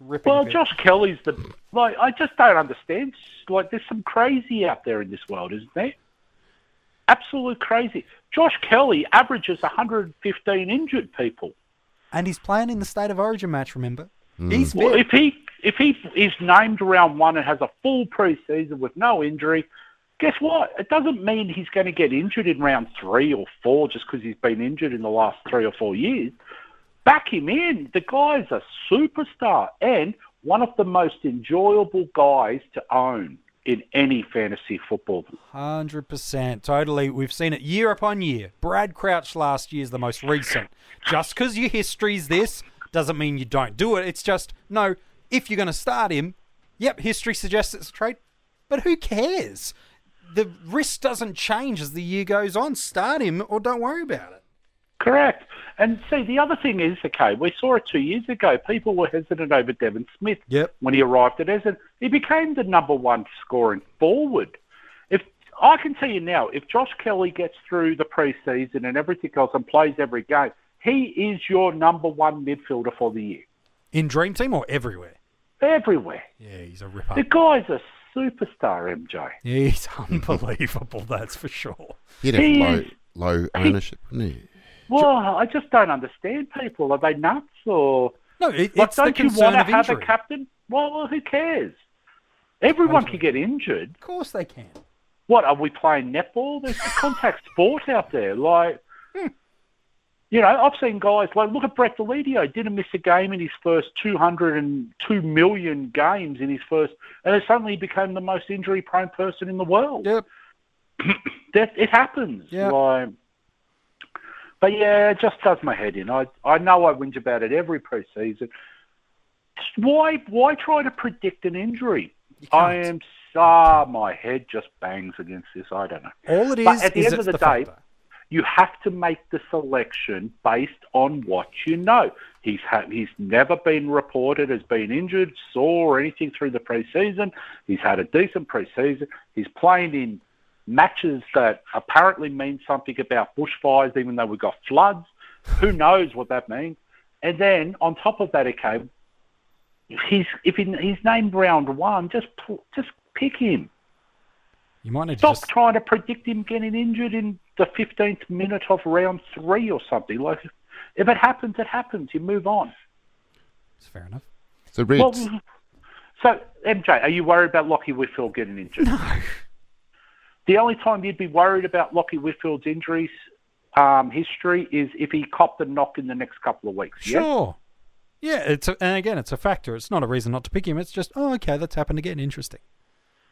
S8: Ripping
S10: Well,
S8: bit.
S10: Josh Kelly's the like. I just don't understand. Like, there's some crazy out there in this world, isn't there? Absolute crazy. Josh Kelly averages 115 injured people.
S8: And he's playing in the State of Origin match, remember? He's fit.
S10: Well, if he if he is named round one and has a full preseason with no injury, guess what? It doesn't mean he's going to get injured in round three or four just because he's been injured in the last three or four years. Back him in. The guy's a superstar and one of the most enjoyable guys to own in any fantasy football.
S8: Hundred percent, totally. We've seen it year upon year. Brad Crouch last year is the most recent. Just because your history's this doesn't mean you don't do it. It's just no. If you're going to start him, yep, history suggests it's a trade, but who cares? The risk doesn't change as the year goes on. Start him or don't worry about it.
S10: Correct. And see, the other thing is, okay, we saw it two years ago. People were hesitant over Devin Smith
S8: Yep.
S10: when he arrived at Essendon. He became the number one scoring forward. If I can tell you now, if Josh Kelly gets through the preseason and everything else and plays every game, he is your number one midfielder for the year,
S8: In Dream Team or everywhere.
S10: everywhere.
S8: Yeah, he's a ripper.
S10: The guy's a superstar, MJ.
S8: He's unbelievable. That's for sure.
S9: He'd have
S10: He
S9: low,
S10: is-
S9: low ownership, wouldn't he?
S10: Well, I just don't understand people. Are they nuts or?
S8: No, it,
S10: Like,
S8: it's the
S10: don't you
S8: concern
S10: want to
S8: of
S10: have a
S8: injury.
S10: captain? Well, well, who cares? Everyone can get injured.
S8: of course they can.
S10: What are we playing netball? There's a contact sport out there. Like, you know, I've seen guys like look at Brett Delidio didn't miss a game in his first 202 million games in his first, and then suddenly he became the most injury-prone person in the world.
S8: Yep.
S10: That it happens.
S8: Yep.
S10: Like, but yeah, it just does my head in. I I know I whinge about it every preseason. Why why try to predict an injury? I am ah, my head just bangs against this. I don't know.
S8: All it is
S10: But at the
S8: is
S10: end
S8: it's
S10: of the day,
S8: factor.
S10: You have to make the selection based on what you know. He's ha- he's never been reported as being injured, sore, or anything through the preseason. He's had a decent preseason. He's playing in matches that apparently mean something about bushfires, even though we've got floods. Who knows what that means? And then on top of that, okay, if he's if in, he's named round one, just pu- just pick him.
S8: You might need to
S10: Stop
S8: just
S10: trying to predict him getting injured in the 15th minute of round three or something. Like, if it happens, it happens. You move on.
S8: It's fair enough.
S9: So, Reds,
S10: Well, so, MJ, are you worried about Lockie Whitfield getting injured? No. The only time you'd be worried about Lockie Whitfield's injuries um, history is if he copped a knock in the next couple of weeks. yeah?
S8: Sure. Yeah, it's a, and again, it's a factor. It's not a reason not to pick him. It's just, oh, okay, that's happened again. Interesting.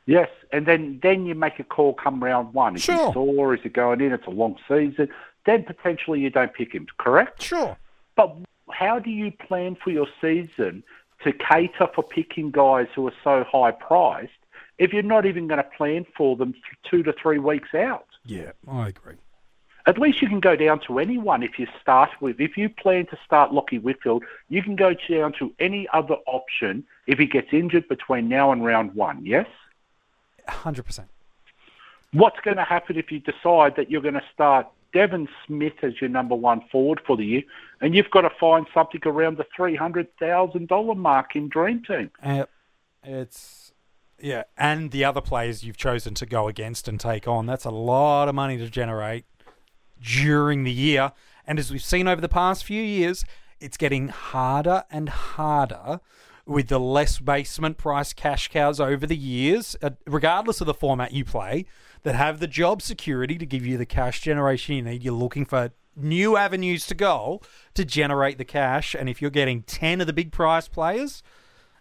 S10: Yes, and then then you make a call come round one. If
S8: Sure.
S10: he's sore, is it going in? It's a long season. Then potentially you don't pick him, correct?
S8: Sure.
S10: But how do you plan for your season to cater for picking guys who are so high priced if you're not even going to plan for them th- two to three weeks out?
S8: Yeah, I agree.
S10: At least you can go down to anyone if you start with. If you plan to start Lockie Whitfield, you can go down to any other option if he gets injured between now and round one. Yes.
S8: 100%.
S10: What's going to happen if you decide that you're going to start Devon Smith as your number one forward for the year, and you've got to find something around the three hundred thousand dollar mark in Dream Team?
S8: Uh, it's, yeah, and the other players you've chosen to go against and take on, that's a lot of money to generate during the year. And as we've seen over the past few years, it's getting harder and harder with the less basement price cash cows over the years, uh, regardless of the format you play, that have the job security to give you the cash generation you need. You're looking for new avenues to go to generate the cash. And if you're getting 10 of the big price players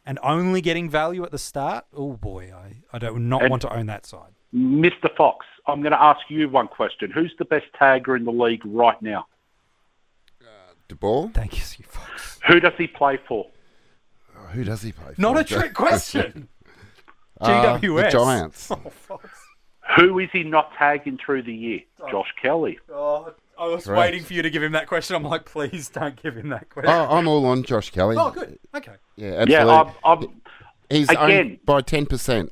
S8: and only getting value at the start, oh boy, I, I don't not
S10: And-
S8: want to own that side.
S10: Mr. Fox, I'm going to ask you one question: Who's the best tagger in the league right now?
S9: De Boer?
S8: Thank you, Steve Fox.
S10: Who does he play for?
S9: Oh, Who does he play for?
S8: Not a trick question.
S9: Uh,
S8: GWS.
S9: The Giants.
S8: Oh,
S10: Who is he not tagging through the year? Josh Kelly.
S8: Oh, I was
S9: Correct.
S8: waiting for you to give him that question. I'm like, please don't give him that question.
S9: Oh, I'm all on Josh Kelly.
S8: Oh, good. Okay.
S9: Yeah, absolutely.
S10: Yeah, I'm, I'm
S9: He's
S10: again-
S9: owned by 10%.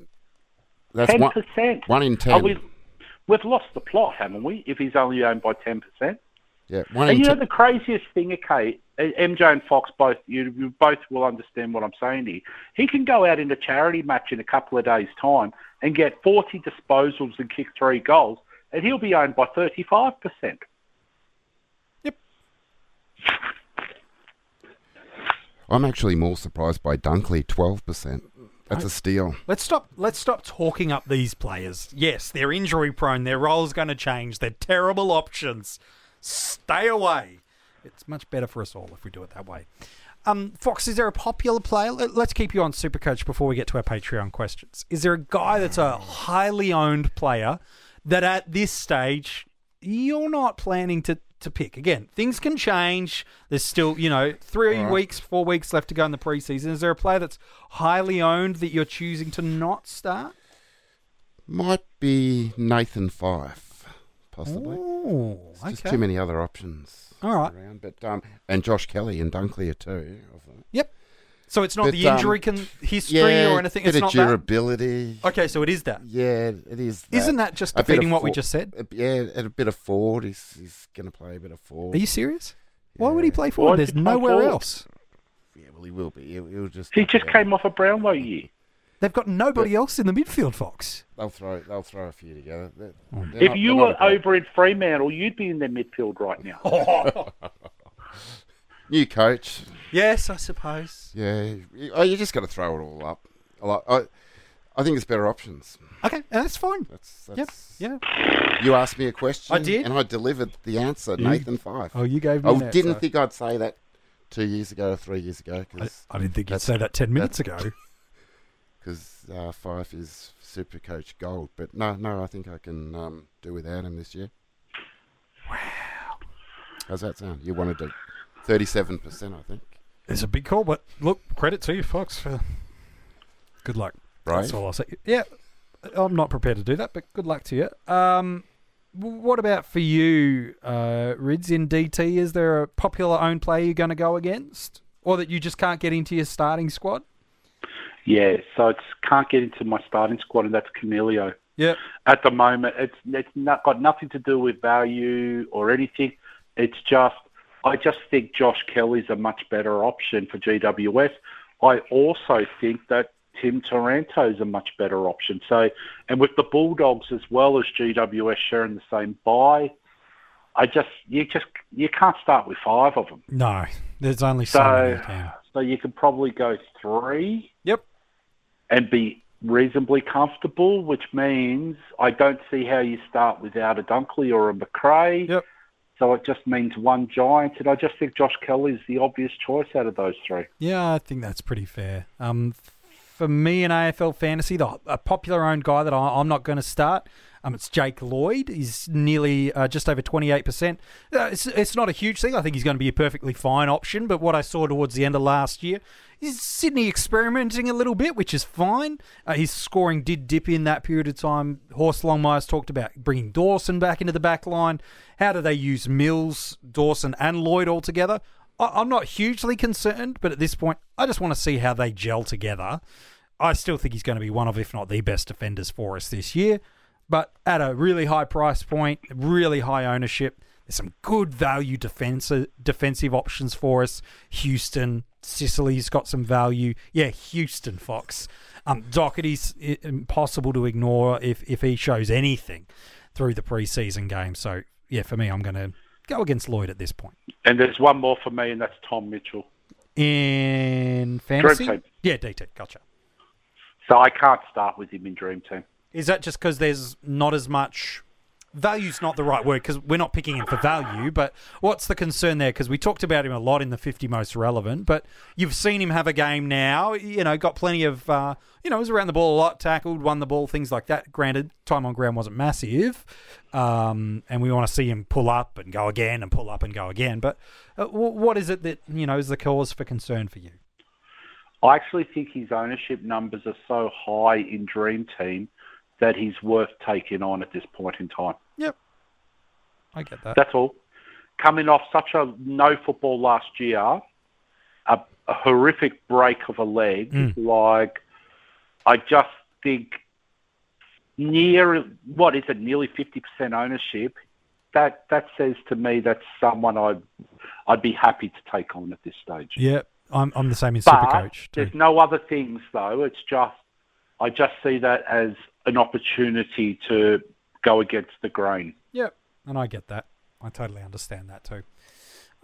S9: That's
S10: ten
S9: one,
S10: percent.
S9: one in 10.
S10: We, we've lost the plot, haven't we? If he's only owned by ten percent.
S9: yeah, one
S10: And
S9: in
S10: you know
S9: 10.
S10: the craziest thing, okay, MJ and Fox both you, you both will understand what I'm saying here. He can go out in a charity match in a couple of days' time and get 40 disposals and kick three goals, and he'll be owned by 35 percent.
S9: I'm actually more surprised by Dunkley, 12%. That's a steal.
S8: Let's stop. Let's stop talking up these players. Yes, they're injury prone. Their role's going to change. They're terrible options. Stay away. It's much better for us all if we do it that way. Um, Fox, is there a popular player? Let- Let's keep you on Supercoach before we get to our Patreon questions. Is there a guy that's a highly owned player that at this stage you're not planning to, to pick? Again, things can change. There's still, you know, three weeks, four weeks left to go in the preseason. Is there a player that's highly owned that you're choosing to not start?
S9: Might be Nathan Fife, possibly.
S8: Oh,
S9: Just too
S8: okay.
S9: many other options
S8: All right.
S9: around. But um, and Josh Kelly and Dunclear too.
S8: Yep. So it's not
S9: But,
S8: the injury
S9: um,
S8: can, history or anything.
S9: Bit
S8: It's
S9: of
S8: not that.
S9: durability.
S8: Okay, so it is that.
S9: Yeah, it is. That.
S8: Isn't that just
S9: A bit
S8: defeating
S9: of
S8: what we
S9: Ford-
S8: just said?
S9: a- yeah, and a bit of Ford. He's, he's going to play a bit of Ford.
S8: Are you serious? Why would he play forward?
S10: Why'd
S8: There's
S10: you play
S8: nowhere
S10: forward?
S8: else.
S9: yeah, well, he will be. He'll, he'll just.
S10: He just
S9: yeah,
S10: came off a Brownlow year.
S8: They've got nobody else in the midfield, Fox.
S9: They'll throw. They'll throw a few together. They're-
S8: Hmm.
S9: they're
S10: If
S9: not-
S10: you
S9: they're not
S10: were
S9: a problem.
S10: over in Fremantle, you'd be in their midfield right now.
S9: new coach,
S8: Yes, I suppose.
S9: yeah, you, oh, you just got to throw it all up. I, like- I, I think it's better options.
S8: Okay, and that's fine.
S9: That's,
S8: Yep.
S9: that's
S8: Yeah.
S9: You asked me a question.
S8: I did.
S9: and I delivered the answer. Nathan Fife.
S5: Oh, you gave me.
S9: I
S5: an
S9: didn't
S5: answer.
S9: think I'd say that two years ago or three years ago because
S8: Oh, I didn't think you'd say that ten minutes ago.
S9: because uh, Fife is super coach gold. But no, no, I think I can um, do without him this year. Wow. How's that sound? You wanted to 37%, I think.
S8: It's a big call, but look, credit to you, Fox. For good luck.
S9: Right?
S8: That's all I'll say. Yeah, I'm not prepared to do that, but good luck to you. Um, w- what about for you, uh, Rids in DT? Is there a popular own player you're going to go against, or that you just can't get into your starting squad?
S10: Yeah, so it's can't get into my starting squad, and that's Camilio.
S8: Yep.
S10: At the moment, it's it's not got nothing to do with value or anything. It's just I just think Josh Kelly's a much better option for GWS. I also think that Tim Taranto's a much better option. So, and with the Bulldogs as well as GWS sharing the same buy, I just you just you can't start with five of them.
S8: No, there's only so, many
S10: So,
S8: you can.
S10: so you could probably go three
S8: Uh, Yep.
S10: and be reasonably comfortable, which means I don't see how you start without a Dunkley or a McRae.
S8: Yep.
S10: So it just means one Giant, and I just think Josh Kelly's the obvious choice out of those three.
S8: Yeah, I think that's pretty fair. Um, for me in AFL fantasy, the a popular owned guy that I, I'm not going to start. Um, it's Jake Lloyd. He's nearly uh, just over 28%. Uh, it's, it's not a huge thing. I think he's going to be a perfectly fine option. But what I saw towards the end of last year is Sydney experimenting a little bit, which is fine. Uh, his scoring did dip in that period of time. Horst Longmire's talked about bringing Dawson back into the back line. How do they use Mills, Dawson, and Lloyd all together? I- I'm not hugely concerned, but at this point, I just want to see how they gel together. I still think he's going to be one of, if not the best defenders for us this year. But at a really high price point, really high ownership, there's some good value defense, defensive options for us. Houston, Sicily's got some value. Yeah, Houston Fox. Um, Doherty's i- impossible to ignore if, if he shows anything through the preseason game. So, yeah, for me, I'm going to go against Lloyd at this point.
S10: And there's one more for me, and that's Tom Mitchell.
S8: In fantasy?
S10: Dream team.
S8: Yeah, DT. Gotcha.
S10: So I can't start with him in Dream Team.
S8: Is that just because there's not as much value's not the right word because we're not picking him for value, but what's the concern there? Because we talked about him a lot in the 50 most relevant, but you've seen him have a game now, you know, got plenty of, uh, you know, was around the ball a lot, tackled, won the ball, things like that. Granted, time on ground wasn't massive, um, and we want to see him pull up and go again and pull up and go again, but uh, w- what is it that, you know, is the cause for concern for you?
S10: I actually think his ownership numbers are so high in Dream Team that he's worth taking on at this point in time.
S8: Yep. I get that.
S10: That's all. Coming off such a no football last year, a, a horrific break of a leg. Like, I just think near what is it, nearly fifty percent ownership. That that says to me that's someone I'd I'd be happy to take on at this stage.
S8: Yep. I'm, I'm the same in
S10: But
S8: Supercoach. too.
S10: there's no other things though. It's just I just see that as an opportunity to go against the grain.
S8: Yep. And I get that. I totally understand that too.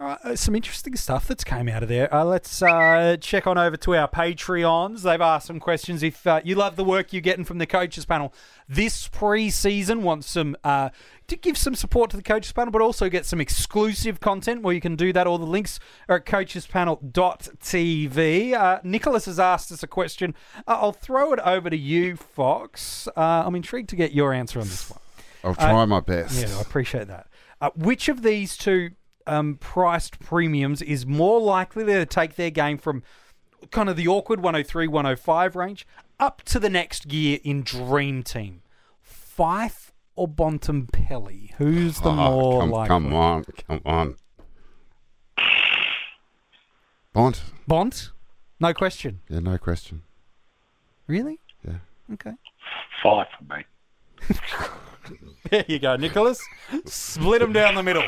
S8: All right, uh, some interesting stuff that's came out of there. Uh, let's uh, check on over to our Patreons. They've asked some questions. If uh, you love the work you're getting from the coaches panel this pre-season, want some uh, to give some support to the coaches panel, but also get some exclusive content where you can do that. All the links are at coachespanel.tv. Uh, Nicholas has asked us a question. Uh, I'll throw it over to you, Fox. Uh, I'm intrigued to get your answer on this one.
S9: I'll try my best.
S8: Yeah, I appreciate that. Uh, which of these two um, priced premiums is more likely to take their game from kind of the awkward 103, 105 range up to the next gear in Dream Team? Fife or Bontempelli? Who's the
S9: Oh,
S8: more
S9: come,
S8: likely?
S9: come on, come on. Bond.
S8: Bont? No question.
S9: Yeah, no question.
S8: Really?
S9: Yeah.
S8: Okay.
S10: Five for me.
S8: There you go, Nicholas. Split them down the middle.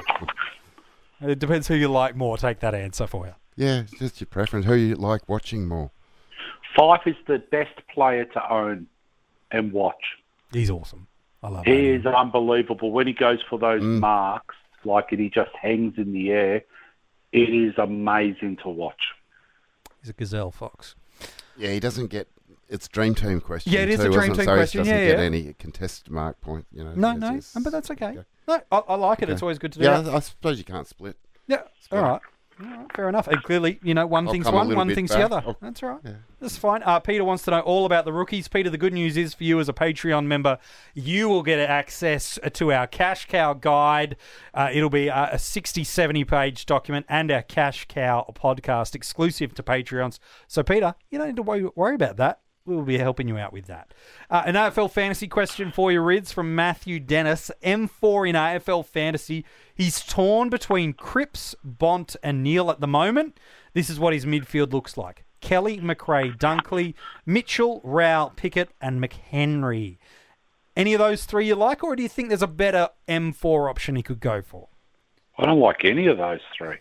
S8: It depends who you like more. Take that answer for you.
S9: Yeah, it's just your preference. Who you like watching more?
S10: Five is the best player to own and watch.
S8: He's awesome. I love
S10: He
S8: it.
S10: is unbelievable. When he goes for those
S8: Mm.
S10: marks, like and he just hangs in the air, it is amazing to watch.
S8: He's a gazelle fox.
S9: Yeah, he doesn't get. It's dream team question.
S8: Yeah, it is
S9: too,
S8: a dream
S9: isn't it?
S8: team
S9: so he
S8: question,
S9: doesn't
S8: yeah,
S9: get
S8: yeah.
S9: any contested mark point. You know.
S8: No,
S9: it's
S8: no,
S9: just-
S8: but that's okay.
S9: Yeah.
S8: No, I, I like it. It's
S9: Okay.
S8: always good to do
S9: Yeah,
S8: that.
S9: I, I suppose you can't split.
S8: Yeah, all right. All right, Fair enough. And clearly, you know, one
S9: I'll
S8: thing's
S9: come a
S8: one,
S9: little
S8: one
S9: bit
S8: thing's
S9: back.
S8: the other.
S9: I'll-
S8: That's all right.
S9: yeah.
S8: That's fine. Uh, Peter wants to know all about the rookies. Peter, the good news is for you as a Patreon member, you will get access to our Cash Cow guide. Uh, it'll be uh, a 60, 70 page document and our Cash Cow podcast exclusive to Patreons. So, Peter, you don't need to worry, worry about that. We'll be helping you out with that. Uh, an AFL fantasy question for you, Rids, from Matthew Dennis. M4 in AFL fantasy. He's torn between Cripps, Bont, and Neil at the moment. This is what his midfield looks like Kelly, McRae, Dunkley, Mitchell, Rao, Pickett, and McHenry. Any of those three you like, or do you think there's a better M4 option he could go for?
S10: I don't like any of those three.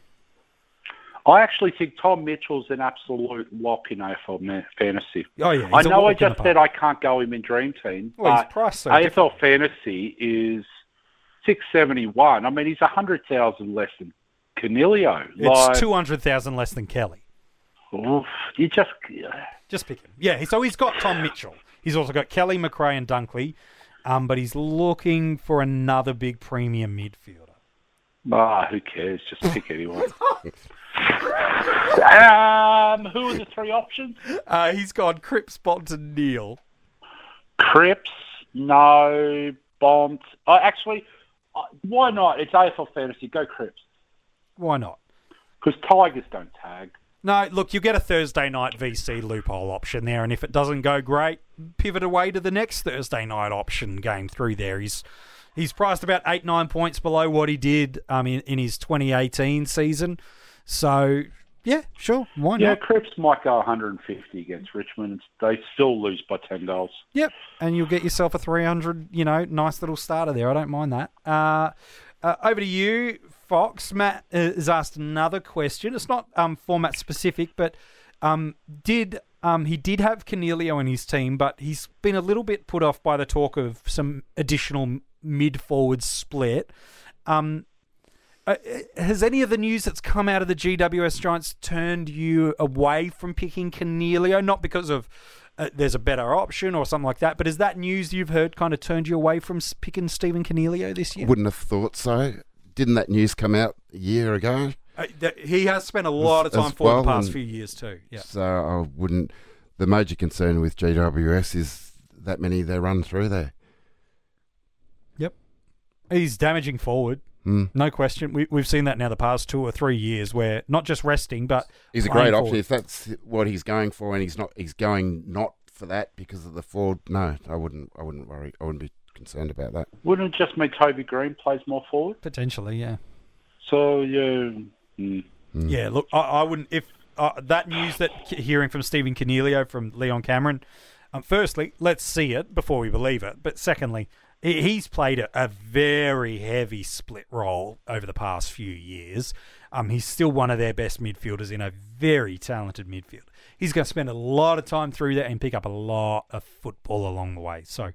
S10: I actually think Tom Mitchell's an absolute lock in AFL ma- fantasy.
S8: Oh, yeah,
S10: I
S8: he's a
S10: know
S8: walk
S10: I
S8: in the
S10: just
S8: park.
S10: said I can't go him in Dream Team.
S8: Well, he's
S10: but
S8: priced so
S10: AFL fantasy is six seventy one. I mean, he's a hundred thousand less than Canelio.
S8: It's 200,000 less than Kelly.
S10: Oof, you just
S8: Just pick him. Yeah, he- so he's got Tom Mitchell. He's also got Kelly McRae and Dunkley, um, but he's looking for another big premium midfielder.
S10: ah, who cares? Just pick anyone. um, who are the three options?
S8: Uh, he's got Cripps, Bond, and Neil.
S10: Cripps, no. Bont. Oh, actually, uh, why not? It's AFL fantasy. Go Cripps
S8: Why not?
S10: because Tigers don't tag.
S8: No, look, you get a Thursday night VC loophole option there, and if it doesn't go great, pivot away to the next Thursday night option game through there. He's he's priced about eight nine points below what he did um, in, in his 2018 season. So yeah, sure, why
S10: Yeah,
S8: not?
S10: Cripps might go 150 against Richmond. They still lose by 10 goals.
S8: Yep, and you'll get yourself a 300, you know, nice little starter there. I don't mind that. Uh, uh, over to you, Fox. Matt uh, has asked another question. It's not um, format specific, but um, did um, he did have Cornelio in his team, but he's been a little bit put off by the talk of some additional mid forward split. Um, uh, has any of the news that's come out of the GWS Giants turned you away from picking Cornelio? Not because of uh, there's a better option or something like that, but is that news you've heard kind of turned you away from s- picking Stephen Cornelio this year?
S9: Wouldn't have thought so. Didn't that news come out a year ago?
S8: Uh, that- he has spent a lot of
S9: As-
S8: time
S9: as
S8: for
S9: well,
S8: the past
S9: and-
S8: few years too. Yeah,
S9: So I wouldn't. The major concern with GWS is that many they run through there.
S8: he's damaging forward.
S9: Hmm.
S8: No question. We, we've seen that now the past two or three years where not just resting, but
S9: He's a
S8: playing
S9: great option
S8: forward.
S9: if that's what he's going for, and he's not. He's going not for that because of the Ford. No, I wouldn't. I wouldn't worry. I wouldn't be concerned about that.
S10: Wouldn't it just mean Toby Green plays more forward?
S8: Potentially, yeah.
S10: So, yeah. mm.
S8: Yeah, look, I, I wouldn't if uh, that news that k- hearing from Stephen Cornelio from Leon Cameron. Um, firstly, let's see it before we believe it. But secondly, he, he's played a, a very heavy split role over the past few years. Um, he's still one of their best midfielders in a very talented midfield. He's going to spend a lot of time through there and pick up a lot of football along the way. So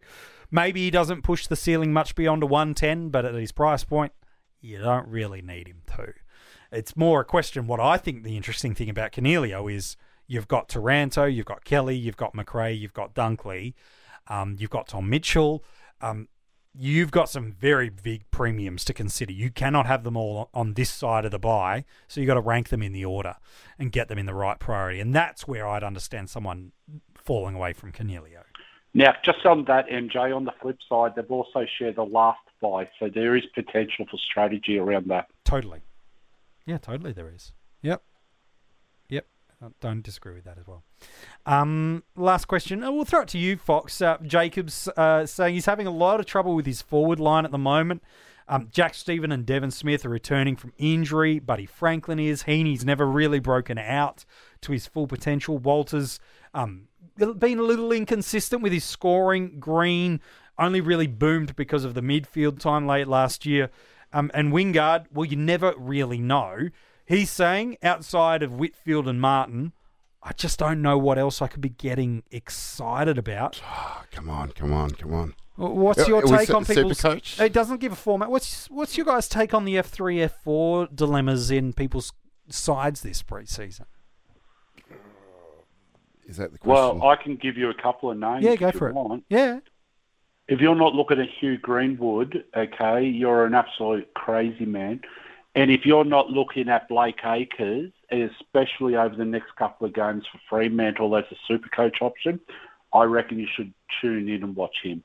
S8: maybe he doesn't push the ceiling much beyond a 110, but at his price point, you don't really need him to. It's more a question. What I think the interesting thing about Canelio is you've got Taranto, you've got Kelly, you've got McRae, you've got Dunkley, um, you've got Tom Mitchell. Um, you've got some very big premiums to consider. You cannot have them all on this side of the buy, so you've got to rank them in the order and get them in the right priority. And that's where I'd understand someone falling away from Canelio.
S10: Now, just on that, MJ, on the flip side, they've also shared the last buy, so there is potential for strategy around that.
S8: Totally. Yeah, totally there is. Yep. Yep. I don't disagree with that as well. Um, last question. Oh, we'll throw it to you, Fox. Uh, Jacobs uh, saying he's having a lot of trouble with his forward line at the moment. Um, Jack Stephen and Devon Smith are returning from injury. Buddy Franklin is. Heaney's never really broken out to his full potential. Walters um, been a little inconsistent with his scoring. Green only really boomed because of the midfield time late last year. Um, and Wingard, well, you never really know. He's saying outside of Whitfield and Martin, I just don't know what else I could be getting excited about.
S9: Oh, come on, come on, come on.
S8: What's your
S9: Uh, Are we
S8: take
S9: su-
S8: on people's?
S9: Supercoach?
S8: It doesn't give a format. What's what's your guys' take on the F three F four dilemmas in people's sides this preseason?
S9: Is that the question?
S10: Well, I can give you a couple of names.
S8: Yeah, go
S10: if you
S8: for it.
S10: want.
S8: Yeah,
S10: If you're not looking at Hugh Greenwood, okay, you're an absolute crazy man. And if you're not looking at Blake Acres, especially over the next couple of games for Fremantle as a super coach option, I reckon you should tune in and watch him.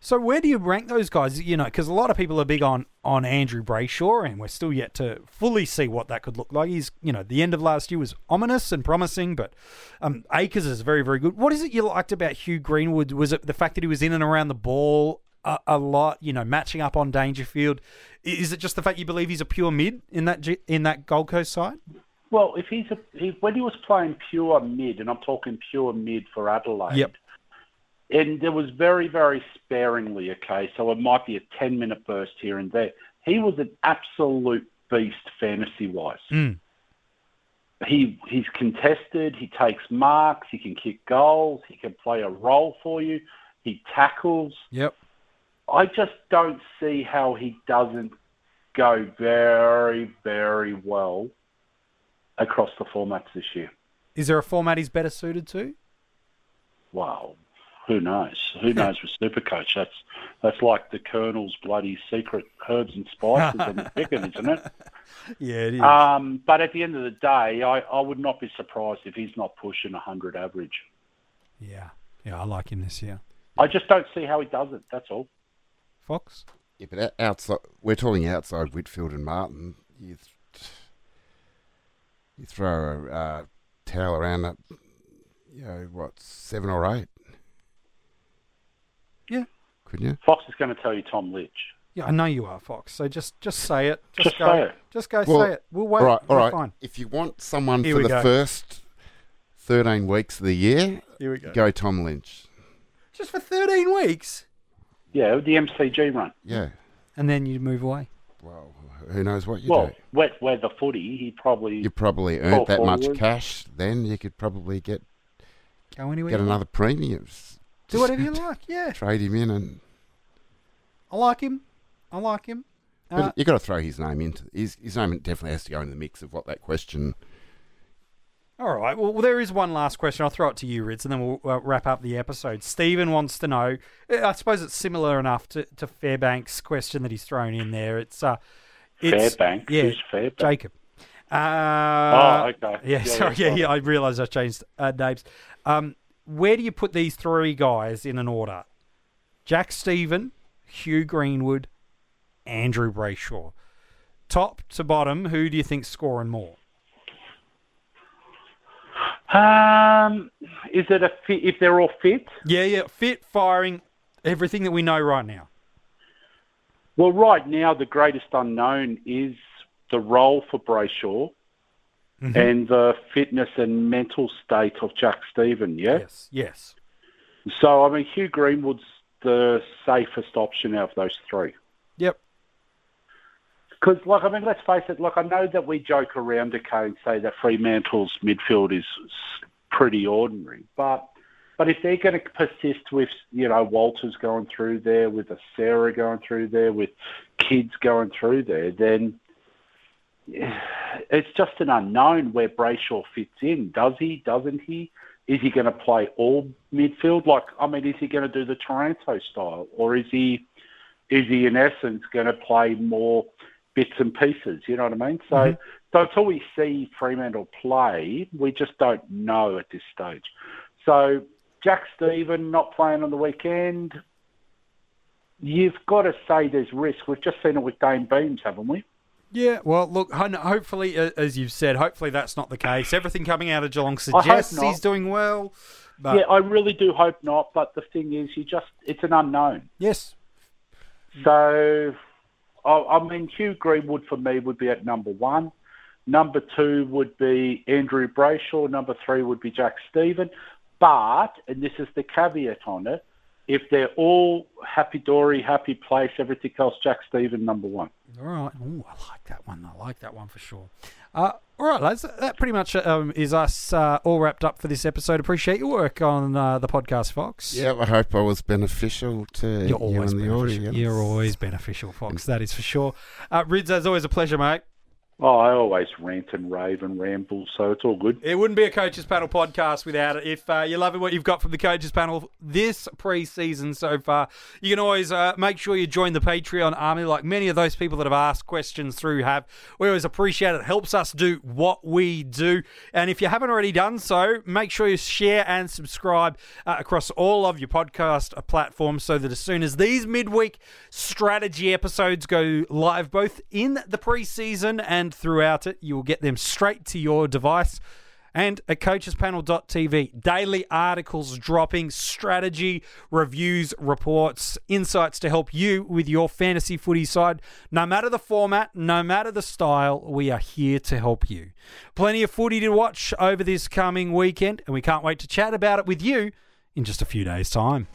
S8: So where do you rank those guys? You know, because a lot of people are big on on Andrew Brayshaw, and we're still yet to fully see what that could look like. He's, you know, the end of last year was ominous and promising, but um, Akers is very, very good. What is it you liked about Hugh Greenwood? Was it the fact that he was in and around the ball a, a lot? You know, matching up on Dangerfield. I- Is it just the fact you believe he's a pure mid in that G- in that Gold Coast side?
S10: Well, if he's a, he, when he was playing pure mid, and I'm talking pure mid for Adelaide,
S8: Yep.
S10: and there was very, very sparingly, okay, so it might be a 10 minute burst here and there. He was an absolute beast fantasy wise.
S8: Mm.
S10: He he's contested, he takes marks, he can kick goals, he can play a role for you, he tackles.
S8: Yep.
S10: I just don't see how he doesn't go very, very well across the formats this year.
S8: Is there a format he's better suited to?
S10: Wow. Who knows? Who knows with Supercoach? That's that's like the Colonel's bloody secret herbs and spices and the chicken, isn't it?
S8: Yeah, it is.
S10: Um, but at the end of the day, I, I would not be surprised if he's not pushing 100 average.
S8: yeah, yeah, I like him this year.
S10: I just don't see how he does it. That's all.
S8: Fox.
S9: yeah, but o- outside, we're talking outside Whitfield and Martin. You, th- you throw a uh, towel around at, you know, what, seven or eight?
S8: Yeah.
S9: Couldn't you?
S10: Fox is going to tell you Tom Litch.
S8: Yeah, I know you are, Fox. So just just say it. Just,
S10: Just
S8: go.
S10: say it.
S8: Just go
S9: Well,
S8: say it. We'll wait.
S9: All right,
S8: We're
S9: all right.
S8: Fine.
S9: If you want someone
S8: Here
S9: for
S8: we
S9: the
S8: go.
S9: first 13 weeks of the year,
S5: Here we go.
S9: go Tom Lynch.
S8: Just for thirteen weeks,
S10: Yeah, the MCG run.
S9: Yeah.
S8: and then you move away.
S9: Well, who knows what you
S10: well,
S9: do.
S10: where, where the footy, he probably.
S9: You probably earned that much
S10: forward.
S9: cash. Then you could probably get
S8: Go anywhere.
S9: get
S8: you want.
S9: another premium. S-
S8: Do whatever you like. Yeah,
S9: Trade him in, and
S8: I like him. I like him. Uh,
S9: but you got to throw his name into his his name definitely has to go in the mix of what that question.
S8: All right. Well, there is one last question. I'll throw it to you, Ritz, and then we'll uh, wrap up the episode. Stephen wants to know. uh, I suppose it's similar enough to, to Fairbanks' question that he's thrown in there. It's uh, it's,
S10: Fairbanks?
S8: Yeah,
S10: Who's Fairbanks?
S8: Jacob. Uh,
S10: Oh, okay.
S8: Yeah,
S10: Yeah,
S8: sorry.
S10: yeah,
S8: Yeah, yeah. I realised I changed uh, names. Um, where do you put these three guys in an order? Jack Stephen, Hugh Greenwood, Andrew Brayshaw. Top to bottom, who do you think's scoring more?
S10: Um, is it a fit? If they're all fit?
S8: Yeah, yeah. Fit, firing, everything that we know right now.
S10: Well, right now, the greatest unknown is the role for Brayshaw and the fitness and mental state of Jack Stephen, yeah?
S8: Yes, yes.
S10: So, I mean, Hugh Greenwood's the safest option out of those three.
S8: Yep.
S10: Because, like, I mean, let's face it, like, I know that we joke around, okay, and say that Fremantle's midfield is s- pretty ordinary, but but if they're going to persist with, you know, Walters going through there, with a Sarah going through there, with kids going through there, then it's just an unknown where Brayshaw fits in. Does he? Doesn't he? Is he going to play all midfield? Like, I mean, is he going to do the Toronto style, or is he is he in essence going to play more bits and pieces? You know what I mean? So, so until we see Fremantle play, we just don't know at this stage. So, Jack Stephen not playing on the weekend. You've got to say there's risk. We've just seen it with Dane Beams, haven't we?
S8: Yeah, well, look, hun- hopefully, a- as you've said, hopefully that's not the case. Everything coming out of Geelong
S10: hope
S8: suggests
S10: not.
S8: he's doing well. But
S10: Yeah, I really do hope not. But the thing is, you just—it's an unknown.
S8: yes,
S10: So, I, I mean, Hugh Greenwood for me would be at number one. Number two would be Andrew Brayshaw. Number three would be Jack Stephen. But, and this is the caveat on it, if they're all happy dory, happy place, everything else, Jack Stephen number one.
S8: All right. Ooh, I like that one. I like that one for sure. Uh, all right, lads. That that pretty much um, is us uh, all wrapped up for this episode. Appreciate your work on uh, the podcast, Fox.
S9: Yeah, I hope I was beneficial to
S8: You're always
S9: you and the
S8: beneficial.
S9: audience.
S8: You're always beneficial, Fox. That is for sure. Uh, Rids, as always, a pleasure, mate.
S10: Oh, I always rant and rave and ramble, so it's all good.
S8: It wouldn't be a coaches panel podcast without it. If uh, you're loving what you've got from the coaches panel this preseason so far, you can always uh, make sure you join the Patreon army, like many of those people that have asked questions through have. We always appreciate it. It helps us do what we do. And if you haven't already done so, make sure you share and subscribe uh, across all of your podcast uh, platforms so that as soon as these midweek strategy episodes go live, both in the preseason and throughout it, you will get them straight to your device and at coachespanel.tv. Daily articles dropping, strategy, reviews, reports, insights to help you with your fantasy footy side. No matter the format, no matter the style, we are here to help you. Plenty of footy to watch over this coming weekend, and we can't wait to chat about it with you in just a few days' time.